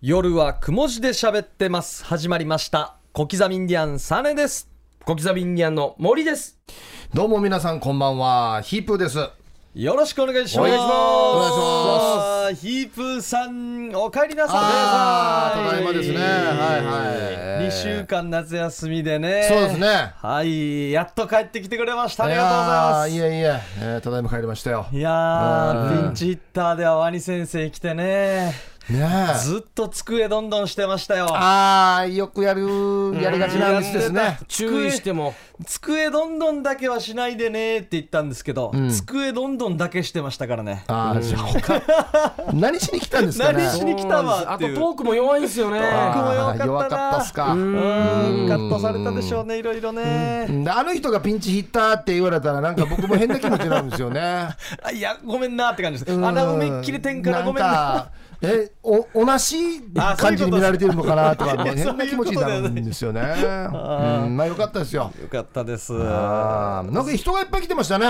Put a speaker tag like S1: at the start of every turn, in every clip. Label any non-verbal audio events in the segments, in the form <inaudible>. S1: 夜はくも字で喋ってます。始まりました。小刻みインディアンサネです。
S2: 小刻みインディアンの森です。
S3: どうも皆さんこんばんは、ヒープーです。
S1: よろしくお願いします。
S3: お願いします
S1: お願いします。ヒープーさん、お帰りなさい。
S3: あーただいまですねはいはい
S1: 2週間夏休みでね。
S3: そうですね。
S1: はい、やっと帰ってきてくれました。ありがとうございます。
S3: いやーいえいえ、えーただいま帰りましたよ。
S1: い
S3: ね
S1: や
S3: う
S1: ー、
S3: ん
S1: ピンチヒッターではワニ先生来てね、
S3: え。
S1: ずっと机どんどんしてましたよ。
S3: ああ、よくやる、やりがちな話ですね。
S2: 注意しても、
S1: 机どんどんだけはしないでねって言ったんですけど、机どんどんだけしてましたからね。
S3: ああ、じゃあ他、 <laughs> 何しに来たんですかね
S1: 何。しに来たわ
S2: あ
S1: って
S2: とト
S1: いう。
S2: ークも弱いんですよね。
S1: ークも弱かったな
S3: あー弱かったっすか。
S1: う
S3: うん
S1: ーんカットされたでしょうね、いろいろね。
S3: であの人がピンチヒッターって言われたらなんか
S1: <laughs>
S3: 僕も変な気持ちになるんですよね。
S1: あいや、ごめんなって感じで
S3: う
S1: す。
S3: ん
S1: 穴埋め切れてんからごめんな。
S3: かえお同じ感じに見られてるのかなとか
S1: あそういうことです
S3: 変な気持ちになるんですよね。うん、まあよかったですよ。
S1: よかったです。
S3: あーなんか人がいっぱい来てましたね。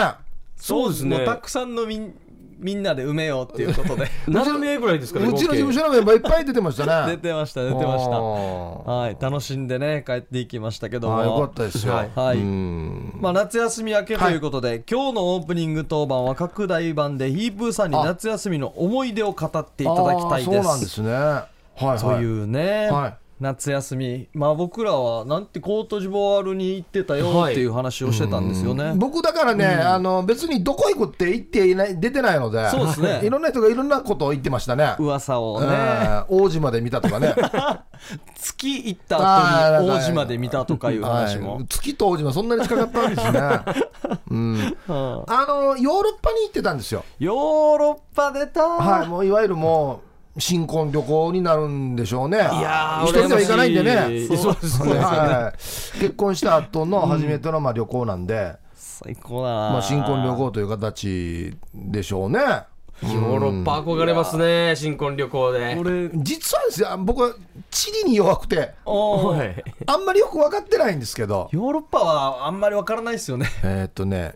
S2: そうですね
S1: もたくさんのみんみんなで埋めようっていうことで
S2: 7名ぐらいですかね。
S3: うちの事務
S2: 所。
S3: 所のメンバーいっぱい出てましたね。
S1: 出てました、 <laughs> 出てました。
S3: あ
S1: はい、楽しんでね、帰っていきましたけども。
S3: ーよかったですよ。
S1: はいはい
S3: うん
S1: まあ、夏休み明けということで、今日のオープニング当番は拡大版でヒープーさんに
S3: あ
S1: 夏休みの思い出を語っていただきたいです。
S3: あーそうなんですね。はいはい。
S1: というね、
S3: はい
S1: 夏休み、まあ、僕らはなんてコートジボワールに行ってたよ
S2: はい
S1: っていう話をしてたんですよね。
S3: 僕だからね、あの別にどこ行くって言っていない出てないので、
S1: そうですね
S3: <laughs> いろんな人がいろんなことを言ってましたね。
S1: 噂を
S3: え
S1: ね、
S3: ー王子まで見たと
S1: <laughs>
S3: かね。
S1: 月行った後に王子まで見たとかいう話も、
S3: はい月と王子はそんなに近かったんで
S1: <laughs>
S3: すね。うん。
S1: うん
S3: あのヨーロッパに行ってたんですよ。
S1: ヨーロッパ出た、
S3: はい、もういわゆるもう新婚旅行になるんでしょうね。い
S2: やー
S3: 一人では行かないんでね。
S2: 羨ましいそうですね
S3: はい結婚した後の初めてのまあ旅行なんで、
S1: 最高だな、
S3: まあ新婚旅行という形でしょうね。
S2: ヨーロッパ憧れますね、新婚旅行で。
S1: 俺
S3: 実はですよ、僕は地理に弱くて、
S1: おー
S2: い。
S3: あんまりよく分かってないんですけど、
S1: ヨーロッパはあんまりわからないですよね
S3: えーっとね、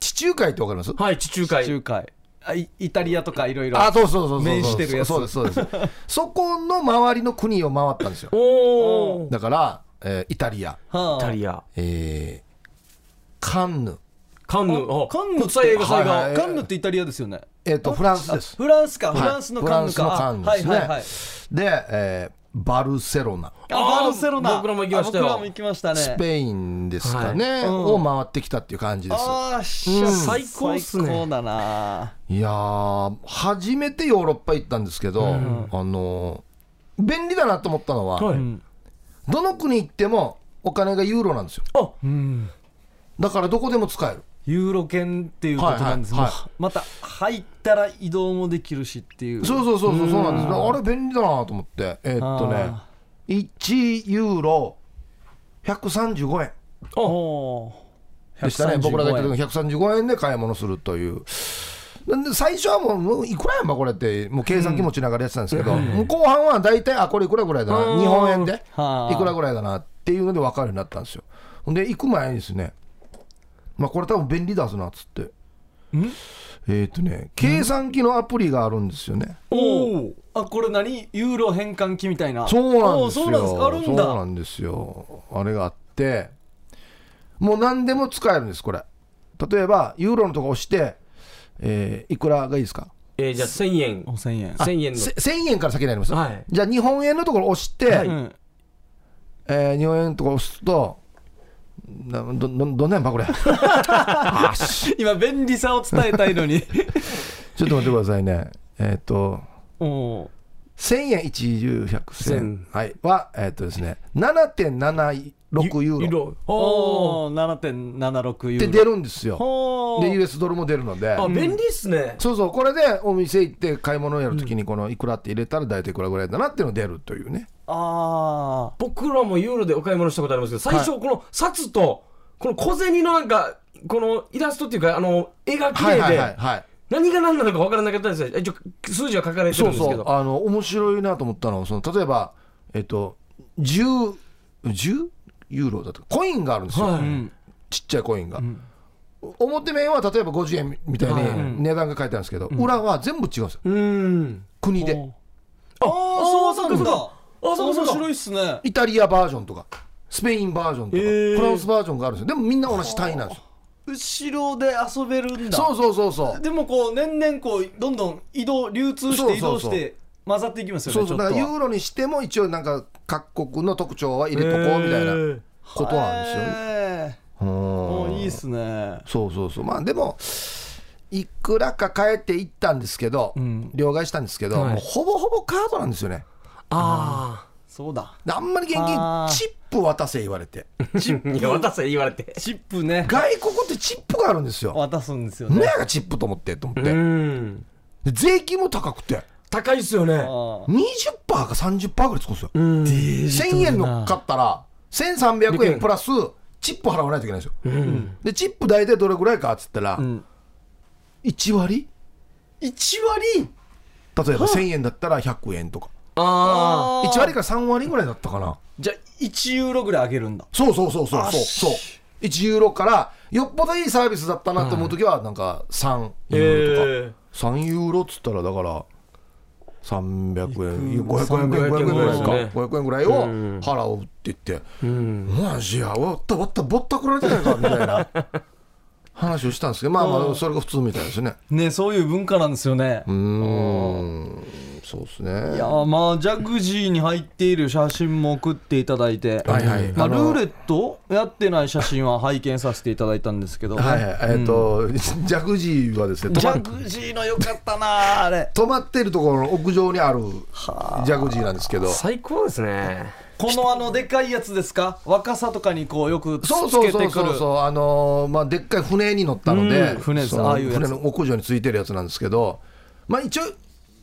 S3: 地中海って分かります
S2: はい、地中海。
S1: 中海あイイタリアとかいろいろ
S3: あ、そうそうそうそうそう。
S1: 面してるやつ
S3: そうです、そうです。そこの周りの国を回ったんですよ。
S2: おー。
S3: だから、えーイタリア、
S1: は
S2: イタリア。
S3: えーカンヌ、
S2: カンヌ。
S1: あ
S2: あ
S1: カンヌ
S2: 国際映画祭
S3: はい
S2: が。
S3: はい
S1: カンヌってイタリアですよね
S3: えーっと、フランスです。
S1: フランスか
S3: は
S1: フ
S3: い
S1: ランスのカンヌか、
S3: フランスのカンヌですね
S1: はいはいはい
S3: で、えーバルセロナ、
S1: あ
S2: あー
S1: バルセロナ
S2: 僕らも行きましたよ
S1: あ僕らも行きましたね
S3: スペインですかね、
S1: はいうん
S3: を回ってきたっていう感じです。
S1: あーしゃ
S2: うん
S1: 最高っすね
S2: 最高
S1: だない
S3: やー、初めてヨーロッパ行ったんですけど、あのー便利だなと思ったのは、
S2: はい
S3: どの国行ってもお金がユーロなんですよ。
S2: あ、
S3: だからどこでも使える。
S1: ユーロ圏っていうことなんです
S3: は
S1: も
S3: いは
S1: う
S3: いはい
S1: また入ったら移動もできるしっていう
S3: そうそうそうそうそうなんですね。あれ便利だなと思って。えーっとね、1ユーロ135円
S1: おー
S3: でしたね。
S1: 135
S3: 僕らが言った時135円で買い物するという。なんで最初はもうもういくらやんばこれってもう計算機持ちながらやってたんですけど、もう後半は大体あこれいくらぐらいだ
S2: うん
S3: な日本円で
S1: はあ
S3: いくらぐらいだなっていうので分かるようになったんですよほんで行く前にですねまあこれ多分便利だぞなっつってえーっ、とね計算機のアプリがあるんですよね、
S1: おーあこれ何ユーロ変換機みたいな
S3: そうなんですよ。
S1: おーそうなんですかあるんだ
S3: そうなんですよ。あれがあって、もう何でも使えるんです、これ。例えば、ユーロのとこ押して、えーいくらがいいですか
S2: えー、じゃあ1000円。
S1: 5000円
S2: 1000円
S3: せ
S2: の。
S3: 1000円から先になります。
S2: はい
S3: じゃあ、日本円のところ押して、
S2: は
S1: う
S2: い
S1: ん
S3: えー日本円のところ押すと、などどどんなんやばこれ <laughs> あし
S1: 今便利さを伝えたいの
S3: <laughs>
S1: に
S3: ちょっと待ってくださいねえっ、と
S1: お
S3: 1000円1ユー100千
S2: 千
S3: はいはえっ、とですね7.76ユーロっ
S2: ロ。
S1: お
S2: お
S1: お
S2: ー。
S1: 7.76ユー
S3: て
S1: ロ
S3: 出るんですよ
S1: ほ
S3: で
S1: ー
S3: US ドルも出るので
S2: あ、便利っすね。
S3: そうそう、これでお店行って買い物をやるときに、このいくらって入れたら大体いくらぐらいだなっていうの出るというね。
S1: あ
S2: 僕らもユーロでお買い物したことありますけど、最初、この札と、この小銭のなんか、このイラストっていうか、あの、絵が綺
S3: はい
S2: 麗
S3: はいはい
S2: で、
S3: はい。
S2: 何が何なのか分からなかったですよ。一応、数字は書かれて
S3: そ
S2: るん
S3: う
S2: です
S3: そ
S2: け
S3: う
S2: ど、。
S3: あの、面白いなと思ったのは、その、例えば、えっと、10、10? ユーロだとコインがあるんですよ、
S2: はい
S1: ん
S3: ちっちゃいコインが、表面は例えば50円みたい
S2: はい
S3: に値段が書いてあるんですけど、裏は全部違うんですよ
S2: うーん。
S3: 国
S1: あ
S3: で
S1: ああそうなんだ
S2: あそうかそう
S1: 面
S2: か
S1: 白いっすね
S3: イタリアバージョンとかスペインバージョンとか、
S1: えー
S3: フランスバージョンがあるんですよでもみんな同じ単位なんですよ
S1: 後ろで遊べるんだ
S3: そうそうそうそう
S1: でもこう年々こうどんどん移動流通
S3: そ
S1: し
S3: う
S1: て
S3: そう
S1: 移
S3: そ
S1: 動
S3: う
S1: して混ざっていきますよね
S3: そうそう
S1: ちょ
S3: だ
S1: っ
S3: か
S1: と
S3: らユ
S1: は
S3: ーロにしても一応なんか各国の特徴は入れとこうみたい
S2: へ
S3: な
S2: ー
S3: ことなんですよね、
S1: へー
S3: う
S1: も
S3: ん
S1: ういいっすね
S3: そうそうそうまあでもいくらか帰っていったんですけど、
S1: ん
S3: 両替したんですけど、
S2: はい
S3: もうほぼほぼカードなんですよね
S2: あ
S1: そうだ
S3: であんまり現
S1: あ
S3: 金
S1: ー
S3: チップ渡せ言われて
S1: チッ
S2: あ
S1: プ
S2: いや渡せ言われて
S1: チップ
S3: <laughs>
S1: ね
S3: 外国ってチップがあるんで
S1: <laughs>
S3: すよ
S1: 渡すんですよ
S3: 何
S1: ね
S3: やがチップと思ってと思って、
S2: うん
S3: で税金も高くて
S2: 高いっすよね
S1: あ
S3: 20%か30%ぐらいつくんですよ、
S2: うん
S3: 1000円の買ったら1300円プラスチップ払わないといけないんですよ、
S2: うん
S3: でチップ大体どれぐらいかっつったら、
S1: ん
S3: 1割
S1: 1割
S3: 例えば1000円だったら100円とか
S2: あ
S1: あー
S3: 1割か3割ぐらいだったかな
S1: じゃあ1ユーロぐらい上げるんだ
S3: そうそうそうそう
S1: あ
S3: そう
S1: し
S3: そう1ユーロからよっぽどいいサービスだったなと思う時はなんか3
S2: あ
S3: ユーロとか、
S2: え
S3: 3ユーロっつったらだから300
S1: い
S3: 円
S1: く
S3: 500円ぐらい500円ぐらいですか
S2: そうですね
S3: 500円ぐらいを払うって言って
S2: えうん
S3: マジやわったわったぼったくられてないかみたい <laughs> な話をしたんですけどまあまあそれが普通みたいですね
S1: ねそういう文化なんですよね
S3: うーんそうですね
S1: いやーまあジャグジーに入っている写真も送っていただいて、
S3: はいはい
S1: まあ、
S3: あ
S1: ル
S3: の
S1: ーレットやってない写真は拝見させていただいたんですけど、
S3: はいはいえっ、と、ジャグジーはですね
S1: ジ
S3: 止ま
S1: ャグジーのよかったなあれ
S3: 止まってるところの屋上にあるジャグジーなんですけど
S2: 最高ですね
S1: このあのでかいやつですか若さとかにこうよくつ
S3: そう
S1: つ
S3: そう
S1: けてく
S3: そう
S1: る
S3: そうそうあのーまあでっかい船に乗ったので、
S1: うん船です
S3: その
S1: ああいうやつ
S3: 船の屋上についてるやつなんですけどまあ一応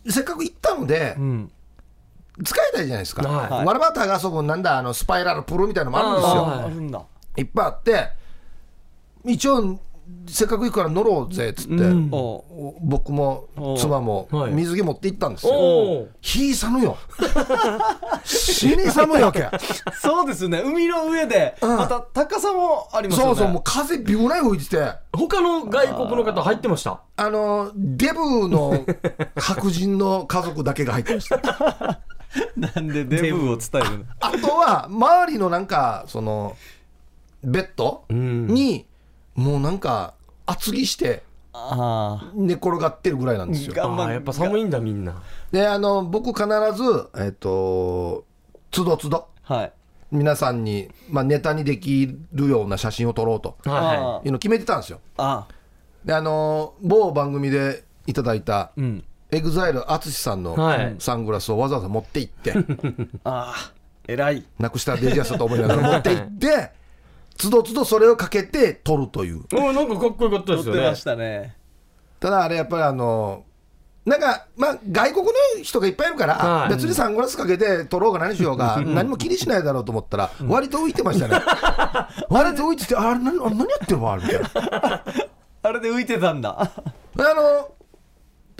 S3: せっかく行ったので、
S1: うん
S3: 使いたいじゃないですか、
S2: はい
S3: ワルバーターが遊ぶなんだあのスパイラルプルみたいなのもあるんですよ
S2: はい
S1: ああるんだ
S3: いっぱいあって一応せっかく行くから乗ろうぜっつって、
S2: うん
S1: おう
S3: お僕も
S1: お
S3: 妻も
S2: はい
S3: 水着持って行ったんですよ
S2: おお
S3: 火寒いよ
S1: <laughs>
S3: 死に寒いわけ
S1: そうですね海の上で、
S3: ん
S1: また高さもありますよね
S3: そうそうもう風ビューライ吹いてて
S2: 他の外国の方入ってました
S3: あのデブの白人の家族だけが入ってました
S1: なんでデブを伝え
S3: <laughs>
S1: るの
S3: あとは周りのなんかそのベッド
S2: ん
S3: にもうなんか厚着して
S1: あ
S3: 寝転がってるぐらいなんですよ
S1: が
S2: あーやっぱ寒いんだみんな
S3: であの僕必ずえっ、とつどつど
S1: あはい
S3: 皆さんに、まあ、ネタにできるような写真を撮ろうと
S1: あ
S2: は
S1: ー
S3: いうのを決めてたんですよ
S1: あ
S3: であの某番組でいただいた
S1: うん
S3: エグザイル淳さんの
S2: はい
S3: サングラスをわざわざ持って行って、
S1: ああ偉い
S3: なくしたらデジャスだと思いながら持って行ってつどつどそれをかけて撮るという
S2: いおなんかかっこよかっ
S1: 撮
S2: た
S1: っ
S2: です
S1: て
S2: よね
S1: ましたね
S3: ただあれやっぱりあのなんかまあ外国の人がいっぱいいるから、
S2: はい
S3: 別にサングラスかけて撮ろうが何しようが何も気にしないだろうと思ったら割と浮いてましたね、割と浮いててあれ何あれ何やってるわあれみたいな
S1: あれで浮いてたんだ
S3: あの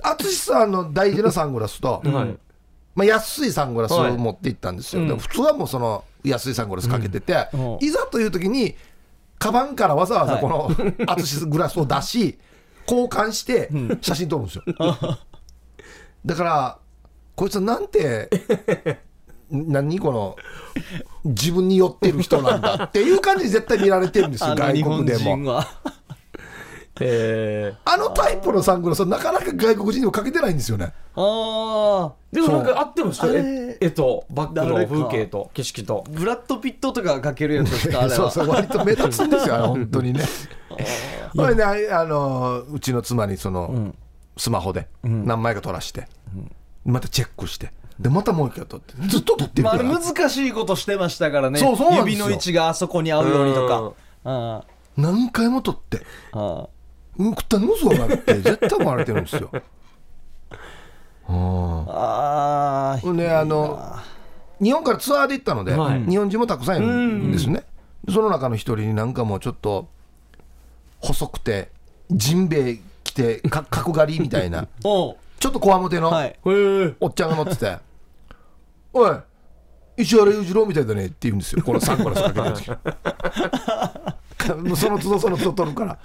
S3: 淳さんの大事なサングラスと、
S2: はい
S3: まあ、安いサングラス
S2: はい
S3: を持って行ったんですよ、でも普通はもうその安いサングラスかけてて、
S1: うん
S3: いざという時にカバンからわざわざ
S1: はい
S3: この淳、グラスを出し交換して写真撮るんですよ、だからこいつはなんて何この自分に寄ってる人なんだっていう感じで絶対見られてるんですよ
S1: あの
S3: 外
S1: 日
S3: 国
S1: 本
S3: で
S1: 人
S3: も
S1: <laughs> は
S2: え
S3: あのタイプのサングラスはなかなか外国人にもかけてないんですよね
S1: ああ
S2: ーでもなんか合ってました
S1: そう
S2: え絵とバックの風景と景色と
S1: ブラッド・ピットとかかけるやつですかあれは
S3: <laughs> そうそう割と目立つんですよあれ本当にねこれねああのうちの妻にその、
S1: ん
S3: スマホで何枚か撮らして、またチェックしてでまたもう一回撮ってずっと撮ってる
S1: まあ、
S3: か
S1: あ
S3: ら、
S1: れ難しいことしてましたからね
S3: そうそうなんです
S1: 指
S3: よ
S1: の位置があそこに合うようにとかあ
S3: 何回も撮って
S1: ああ
S3: うん食ったのぞなって絶対思われてるんですよ
S1: あああ
S3: ほんであの日本からツアーで行ったので、
S2: はい
S3: 日本人もたくさんいるんですね、その中の一人になんかもうちょっと細くてジンベエ着てか <laughs> 角刈りみたいな
S1: おう
S3: ちょっとこわもての、
S1: はい
S2: へえ
S3: おっちゃんが乗ってて「おい石原裕次郎みたいだね」って言うんですよこのサングラスかけてる時もうその都度その都度撮るから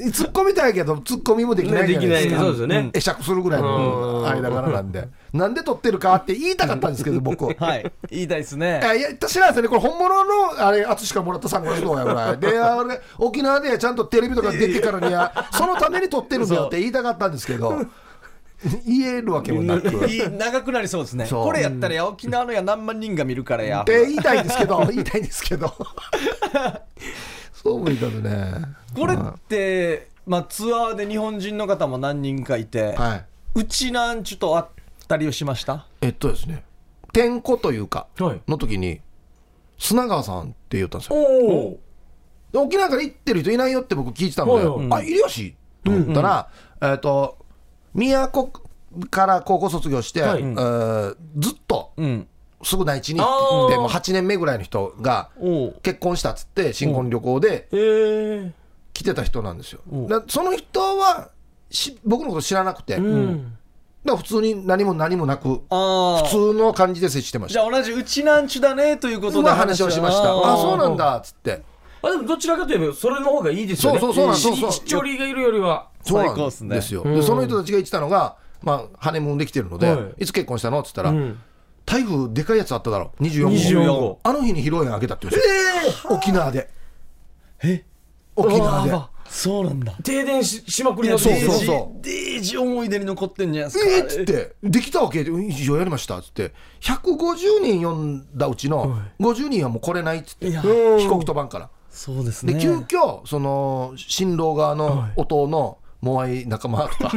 S3: 突っ込みたいけど突っ込みもできないじ
S2: で
S3: ゃな
S2: き
S3: いで
S2: ない
S3: すか
S2: そうですよね、
S3: 会釈するぐらいの間柄なんで、なんで撮ってるかって言いたかったんですけど、僕。い
S1: はい言いたいです
S3: <laughs>
S1: ね
S3: や、いや私なんですよね、これ本物の、あれ、淳からもらったサングラスのやぐらい。
S1: <laughs>
S3: で、あれ、沖縄でちゃんとテレビとか出てからには、そのために撮ってるんだよって言いたかったんですけど、 <laughs> 言えるわけもなく。
S1: <laughs>
S3: っ
S1: いい長くなりそうですね
S3: そう
S1: これやったらや沖縄のや何万人が見るからや
S3: て言いたいんですけど、 <laughs> 言いたいんですけど。そうもいかずね。
S1: これって、まあ、ツアーで日本人の方も何人かいて、
S3: はい。
S1: うちなんちゅと会ったりをしました
S3: えっとですね、転校というか、
S2: はい
S3: の時に、砂川さんって言ったんですよ。
S2: お <laughs> お
S3: で沖縄から行ってる人いないよって僕聞いてたんで、
S2: はいはい
S3: あいるよしと思ったら、えっ、と都から高校卒業して、
S2: はい
S3: えーずっと
S1: うん
S3: すぐ内地に
S2: あー
S3: でもう8年目ぐらいの人が
S1: おう
S3: 結婚したっつって新婚旅行で
S2: えー、
S3: 来てた人なんですよ、だその人はし僕のこと知らなくて、だから普通に何も何もなく
S1: ああ
S3: 普通の感じで接してまし
S1: じ
S3: た
S1: ゃあ同じうちなんちゅだねということで
S3: 今話をしましたああそうなんだっつって
S2: あでもどちらかといえばそれの方がいいですよね
S3: そうそうそうなんそうそう
S2: ししっちょりがいるよりは
S3: そうなん
S1: 最高っすね
S3: ですよ、でその人たちが言ってたのが、まあ、ハネムーンできてるので、、
S2: はい
S3: つ結婚したのって言ったら、
S2: ん
S3: 台風でかいやつあっただろ24号
S2: 24号
S3: あの日に披露宴開けたって言うんですよ、沖縄で
S1: え
S3: 沖縄で
S1: あーそうなんだ
S2: 停電ししまく
S1: い
S2: りだ
S1: や
S2: と
S1: そう
S3: そう
S1: そ
S3: そうう
S1: そ
S3: そう
S1: デージ思い出に残ってんじゃないですか
S3: えっ、つってできたわけでうん一応やりましたっつって150人呼んだうちの50人はもう来れないっつって
S1: いや
S3: 飛行機飛ばんから
S1: そうです
S3: で
S1: ね
S3: 急遽その新郎側の弟のモアイ仲間とか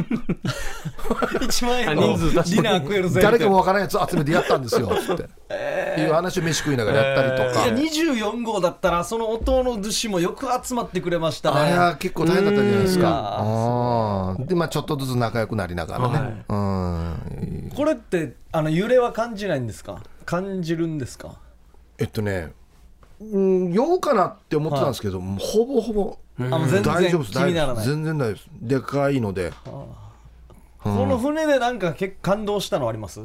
S1: 1万円
S2: あ
S1: のデ
S2: 人数足して
S1: ィナー食えるぜ
S3: 誰かもわからんやつ集めてやったん
S1: <laughs>
S3: ですよっつって、いう話を飯食いながらやったりと
S1: みた
S3: か、
S1: いないや24号だったらその弟の寿司もよく集まってくれましたね
S3: あれは結構大変だったんじゃないです
S1: うん
S3: か。あーで、まあ、ちょっとずつ仲良くなりながらね。うん
S1: これってあの揺れは感じないんですか感じるんですか
S3: えっとね、うん、酔うかなって思ってたんですけど、もうほぼほぼ
S1: あもう全然
S3: 大丈夫です、
S1: 気にならない
S3: 大丈夫です全然大丈夫です。でかいので、
S1: この船でなんか結構感動したのあります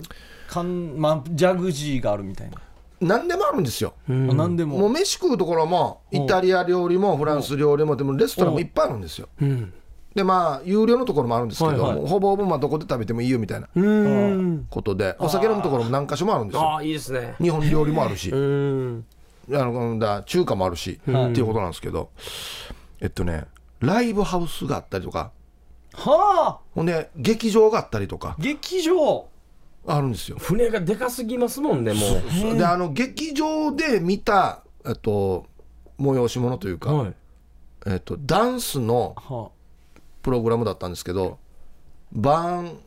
S1: 感、まあ、ジャグジーがあるみたいな、
S3: 何でもあるんですよ。
S1: もう何で
S3: もう
S1: も
S3: 飯食うところも、イタリア料理もフランス料理も、でもレストランもいっぱいあるんですよ。
S2: うん
S3: で、まあ、有料のところもあるんですけど、
S2: はいはい
S3: もうほぼほぼまあどこで食べてもいいよみたいな
S2: うん
S3: ことで、お酒飲むところも何か所もあるんですよ。
S2: ああいいですね
S3: 日本料理もあるし。
S2: うん
S3: あのだ中華もあるし、っていうことなんですけど、えっとね、ライブハウスがあったりとか、
S1: はあ
S3: ほんで、劇場があったりとか、
S1: 劇場
S3: あるんですよ。
S2: 船がでかすぎますもんねもう
S3: で、あの劇場で見た、えっと、催し物というか、
S2: はい
S3: えっと、ダンスの
S1: は
S3: プログラムだったんですけど、バーン・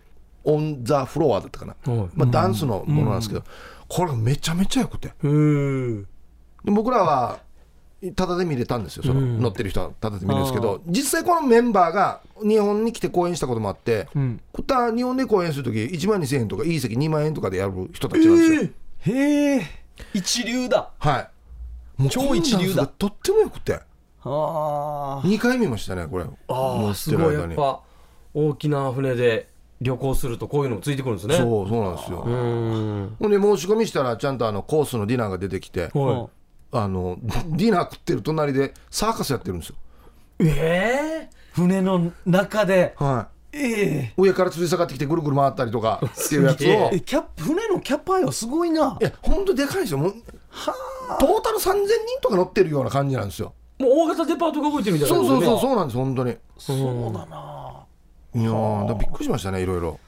S3: オン・ザ・フロアだったかな、
S2: はい
S3: まあ、ダンスのものなんですけど、これ、めちゃめちゃよくて、
S2: うん
S3: で僕らはタダで見れたんですよ、その乗ってる人はタダで見れるんですけど、実際このメンバーが日本に来て公演したこともあって、こた日本で公演するとき、1万2000円とか、いい席2万円とかでやる人たちなんですよ。
S1: あへえ一流だ
S3: はい、もう
S1: 超一流だ
S3: このダンスがとってもよくて、
S1: ああ
S3: 2回見ましたね、これ、
S2: あ
S3: 乗
S2: あ
S3: っ
S2: す
S3: てる間
S2: ごい
S3: に
S2: やっぱ大きな船で旅行するとこういうのもついてくるんですねう
S3: そうそうなんですよ。
S2: ん
S3: ほんで、申し込みしたら、ちゃんとあのコースのディナーが出てきて、
S2: は
S3: あのディナー食ってる隣でサーカスやってるんですよ。
S2: いええ
S1: 船の中で
S3: はい
S1: ええ
S3: 上から吊り下がってきてぐるぐる回ったりとかっていうやつ
S2: すげえ
S3: を
S1: えキャップ船のキャパよすごいない
S3: や、ほんとでかいんですよ。もうトータル3000人とか乗ってるような感じなんですよ。
S2: もう大型デパートが動いてるみたいな
S3: そうそうそう、
S2: う
S3: そうなんです、本当に。い
S1: そうだな
S3: やー、だからびっくりしましたね、いろいろ。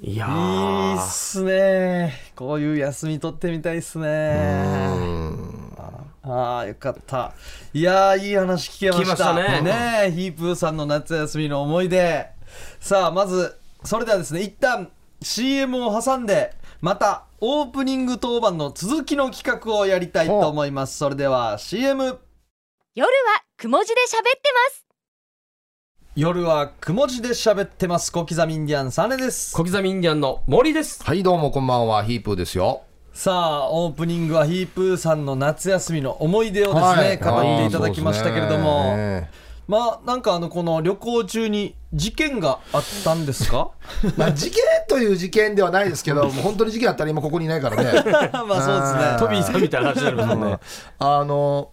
S2: いや
S1: いいっ
S2: ー
S1: すねこういう休み取ってみたいっすね
S3: うん。
S1: ああよかったいやーいい話聞けました
S2: 聞きましたね
S1: えヒープーさんの夏休みの思い出さあまずそれではですね一旦 CM を挟んでまたオープニング当番の続きの企画をやりたいと思いますそれでは CM
S4: 夜はくも字で喋ってます
S1: 夜はくも字で喋ってます小刻みインディアンサネです
S2: 小刻みインディアンの
S3: <laughs>
S2: 森です
S3: はい、どうもこんばんは、ヒープーですよ。
S1: さあオープニングはヒープーさんの夏休みの思い出をですね、語っていただきましたけれども、
S3: そうですね
S1: まあなんかあのこの旅行中に事件があったんですか
S3: まあ、事件という事件ではないですけ
S1: <laughs>
S3: ど、もう本当に事件あったら今ここにいないからね。
S1: まあ
S3: あ
S1: そ
S2: ト
S1: う
S2: ビーさんみたいな話になるもんね
S3: あの、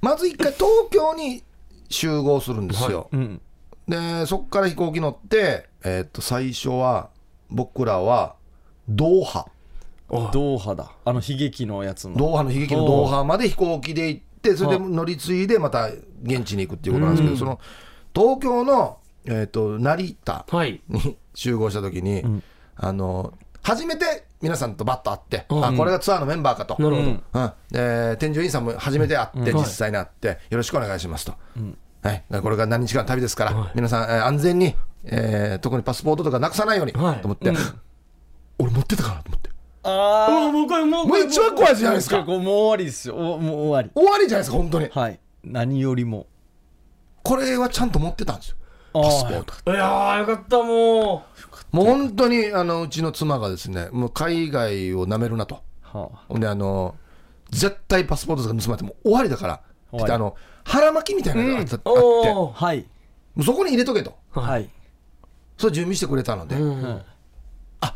S3: まず一回東京に集合するんですよ、
S1: うん
S3: でそこから飛行機乗って、えーっと最初は僕らはドーハ
S1: ドーハだあの悲劇のやつの
S3: ドーハの悲劇のドーハまで飛行機で行ってそれで乗り継いでまた現地に行くっていうことなんですけど、その東京の、えーっと成田
S2: はい。
S3: に集合した時に、あの初めて皆さんとバッと会って、あこれがツアーのメンバーかと。
S2: なるほ
S1: う
S2: ど。
S1: ん
S3: うん、えー添乗員さんも初めて会って、実際に会って、よろしくお願いしますと、はい、これが何日間の旅ですから、皆さん、えー安全に、えー特にパスポートとかなくさないように、
S2: はい
S3: と思って、俺、持ってたかなと思って、
S1: あ
S2: もうもうこれもうこ
S3: もう
S2: れ
S3: 一番怖いじゃないです
S1: あ
S3: か、
S1: もう終わりですよおもう終わり
S3: 終わりじゃないですか、本当に、
S1: はい何よりも
S3: これはちゃんと持ってたんですよ、
S1: あ
S3: パスポート。
S2: いやーよかったも
S3: もう本当にあのうちの妻がですね、もう海外をなめるなと、
S1: はあ
S3: ほんであの、絶対パスポートとか盗まれても終わりだから、
S1: 終
S3: っ
S1: わり
S3: てあの腹巻きみたいなのがあったあって、
S2: う。おお。
S1: はい
S3: もうそこに入れとけと、
S1: はい
S3: それ準備してくれたので。
S2: うん。あ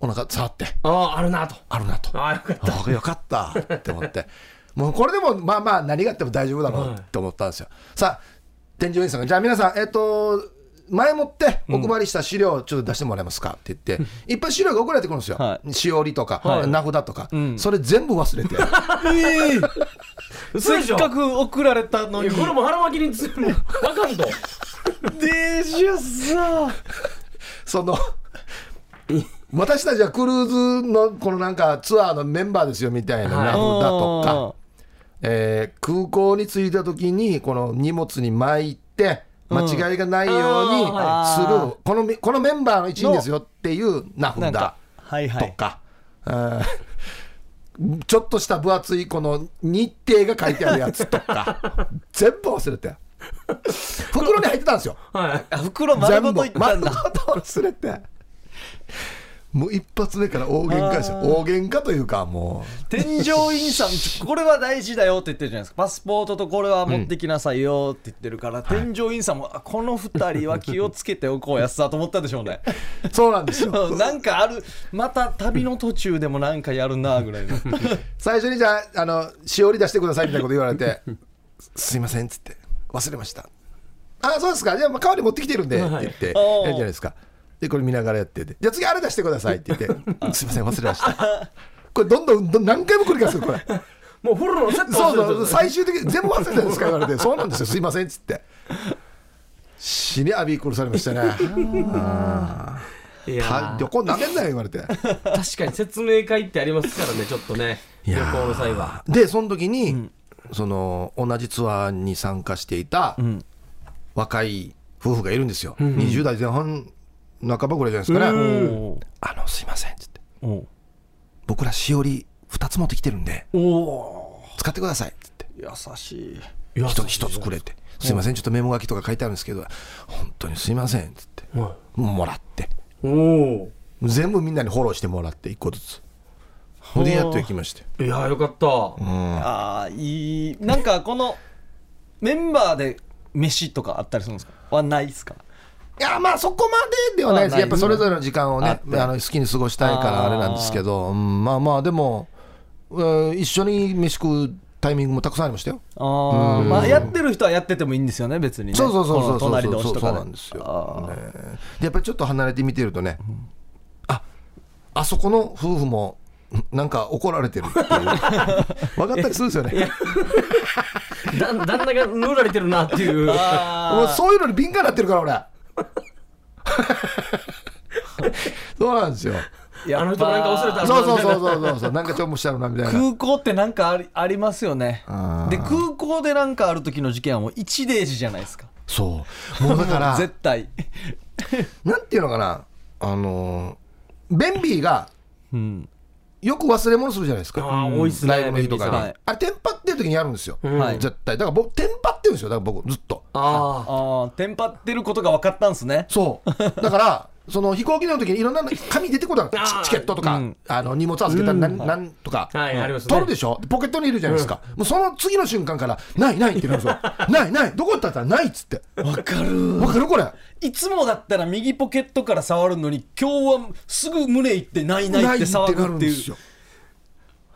S3: お腹触って
S2: ああるなと。
S3: あるなと
S2: ああよかっ
S3: ああよかったって思ってもうこれでもまあまあ何があっても大丈夫だろうって思ったんですよ、さあ添乗員さんがじゃあ皆さんえっ、と前もってお配りした資料をちょっと出してもらえますかって言って、いっぱい資料が送られてくるんですよ、
S1: は
S3: しおりとか、
S1: はい
S3: 名札とか、
S1: ん
S3: それ全部忘
S1: <laughs>
S3: れて
S1: ええ
S2: た。
S1: <laughs>
S2: 嘘
S1: せ
S2: でし
S1: っ
S2: ょ。
S1: かく送られたの
S2: い
S1: に
S2: やこれも腹巻きにつもうあかんと。
S1: でしょさ
S3: その私たちはクルーズのこのなんかツアーのメンバーですよみたいな名札とか、えー空港に着いた時にこの荷物に巻いて間違いがないようにする、
S2: うん
S1: あーはい
S3: このみこのメンバーの一員ですよっていう名
S1: な
S3: 札
S1: んかはいは
S3: と
S1: い
S3: か、あーちょっとした分厚いこの日程が書いてあるやつ
S1: <laughs>
S3: とか全部忘れて袋に入ってたんですよ
S2: はい。
S1: あ袋丸
S3: 全部
S1: ごといったんだ
S3: 丸ごと忘れてもう一発目から大喧嘩ですよ
S1: あー
S3: 大喧嘩というかもう。
S1: 添乗員さんち <laughs> ょこれは大事だよって言ってるじゃないですかパスポートとこれは持ってきなさいよって言ってるから、添乗員さんもあこの2人は気をつけておこうやつだと思ったでしょうね
S3: <laughs> そうな
S1: <laughs>
S3: んですよ
S1: うんなんかあるまた旅の途中でもなんかやるなぐらいの
S3: 最初にじゃああのしおり出してくださいみたいなこと言われて <laughs> 「すいません」っつって「忘れました」「あそうですかじゃあまあ代わり持ってきてるんで」って言ってやるじ
S1: おー
S3: ゃないですかでこれ見ながらやってて「じゃあ次あれ出してください」って言って「すいません忘れました」これどんどんどん何回も繰り返すよこれ
S2: <laughs> もうフルのセット
S3: そうそう
S2: 忘れてた
S3: 最終的に全部忘れてるんですか言われて「そうなんですよすいません」っつって死にアビー殺されましたね
S2: い
S3: た
S2: や
S3: 旅
S2: ー
S3: 行なめんなよ言われて
S2: 確かに説明会ってありますからねちょっとね
S3: い
S2: 旅
S3: やー
S2: 行の際は
S3: でその時に、その同じツアーに参加していた若い夫婦がいるんですよ、20代前半半ばぐらいじゃないですかね、
S1: お
S3: あのすいませんっつって
S1: お
S3: 僕らしおり2つ持ってきてるんで
S1: お
S3: 使ってくださいっつって
S1: 優しい
S3: 1つ一つくれてすいませんちょっとメモ書きとか書いてあるんですけど本当にすいませんっつってもらって
S2: おお
S3: 全部みんなにフォローしてもらって1個ずつほんでやっと行きまして
S2: ーいやーよかった
S1: あーいいなんかこのメンバーで飯とかあったりするんですかはないですか
S3: いやまあそこまでではないです
S1: あない
S3: やっぱそれぞれの時間をね
S1: あ
S3: あ
S1: って
S3: の好きに過ごしたいから
S1: あ
S3: あ
S1: ー
S3: れなんですけど、うんまあまあでも、えー一緒に飯食うタイミングもたくさんありましたよ
S1: あーまあやってる人はやっててもいいんですよね別にね
S3: そうそうそうそう
S1: こ
S3: そう
S1: の隣
S3: そ
S1: 同
S3: う
S1: 士
S3: そ
S1: と
S3: う
S1: か
S3: なんですよ、
S1: あー
S3: ねでやっぱりちょっと離れて見てるとね、ああそこの夫婦もなんか怒られてる
S1: <laughs>
S3: っていう分かったりするんですよね
S2: だ旦那が塗られてるなっていう
S3: もうそういうのに敏感になってるから
S1: <laughs>
S3: 俺そうなんですよ
S1: やっ
S2: あ
S1: ぱ
S2: の人なんか恐れた
S3: そうそうそうそうそうそうなんかちょんぼしたのなみたいな
S1: 空港ってなんかありありますよね
S3: あー
S1: で空港でなんかある時の事件はもう一デージじゃないですか
S3: そう。もうだから、
S1: 絶対
S3: なんていうのかな、あのー、ベンビーが
S1: うん
S3: よく忘れ物するじゃないですか。
S2: ああ多いっすね
S3: ライブの日とかに、
S1: ベンビーさん
S3: あれテンパってる時にやるんですよ、
S1: はい
S3: 絶対だから僕テンパってるんですよだから僕ずっと
S2: あ
S1: ああテンパってることが分かったんすね
S3: そうだからその飛行機の時にいろんな紙出てこない
S2: <laughs> あー
S3: チチケットとか、
S1: うん
S3: あの荷物預けたら何,、なんとか、
S2: あはいありますね
S3: 取るでしょポケットにいるじゃないですか、もうその次の瞬間から「ないない」ってなるん
S2: <laughs>
S3: ですよ「ないないどこ行ったったらない」っつって
S1: わかる
S3: わかるこれ
S1: いつもだったら右ポケットから触るのに今日はすぐ胸いってないないって騒
S3: なな
S1: ぐ
S3: る
S1: っ
S3: ん
S1: て
S3: で
S1: いう
S3: すよ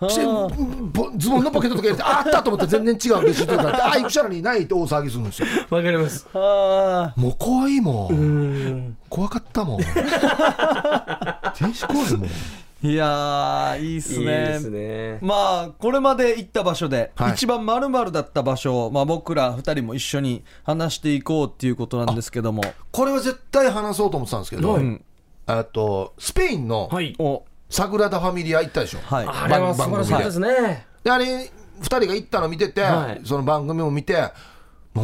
S3: してぼズボンのポケットとか入れてああったと思ったら全然違うレシートとかああ行くしゃらにないって大騒ぎするんですよ
S2: わかります。
S1: あ
S3: もう怖いもん、
S2: うん。
S3: 怖かった
S2: <laughs>
S3: もん停止コールも
S1: ーいやーいいっす
S2: い
S1: ね
S2: いですね。
S1: まあこれまで行った場所で、
S3: はい
S1: 一番丸々だった場所を、まあ、僕ら二人も一緒に話していこうっていうことなんですけども
S3: これは絶対話そうと思ってたんですけど、
S2: はい
S1: うん
S3: あとスペインの
S2: はい。
S1: お
S3: サグラダ・ファミリア行ったでしょ、
S1: はい
S2: あれは素晴らしいですね。
S3: であれ2人が行ったの見てて、
S2: はい
S3: その番組も見てな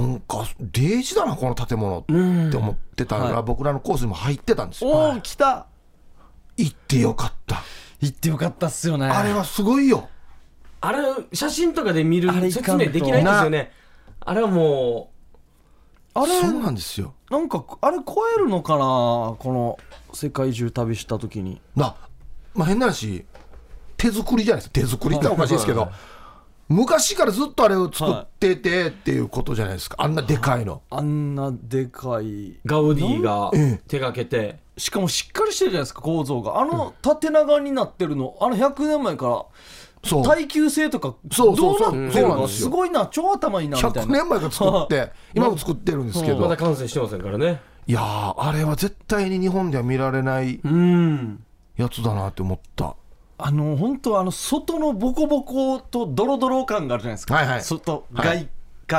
S3: んかデージだなこの建物って思ってたから、
S1: はい
S3: 僕らのコースにも入ってたんですよ
S1: おお来た
S3: 行ってよかった
S1: 行ってよかったっすよね
S3: あれはすごいよ
S2: あれ、写真とかで見る
S1: あれい
S2: 説
S1: かんと
S2: 明できないんですよね。あれはも、
S1: あれ
S3: そうなんですよ
S1: なんかあれ超えるのかなこの世界中旅した時に
S3: な、まあ、変な話手作りじゃないですか手作りっておかしいですけど、昔からずっとあれを作っててっていうことじゃないですかあんなでかいの、
S1: あんなでかいう
S2: ガウディが手がけて、
S1: しかもしっかりしてるじゃないですか構造があの縦長になってるのあの100年前から
S3: そう
S1: 耐久性とかど
S3: そううそうそう
S1: なってる
S3: そうなん
S1: の
S3: です
S1: す
S3: よ
S1: ごいな超頭いいなみたいな
S3: 100年前から作って今も作ってるんですけ
S2: ま
S3: ど
S2: だ完成してませんからね。
S3: いやーあれは絶対に日本では見られない
S2: うん。
S3: やつだなって思った
S1: あの本当あの外のボコボコとドロドロ感があるじゃないですか、
S3: はいはい
S1: 外
S3: は
S1: 外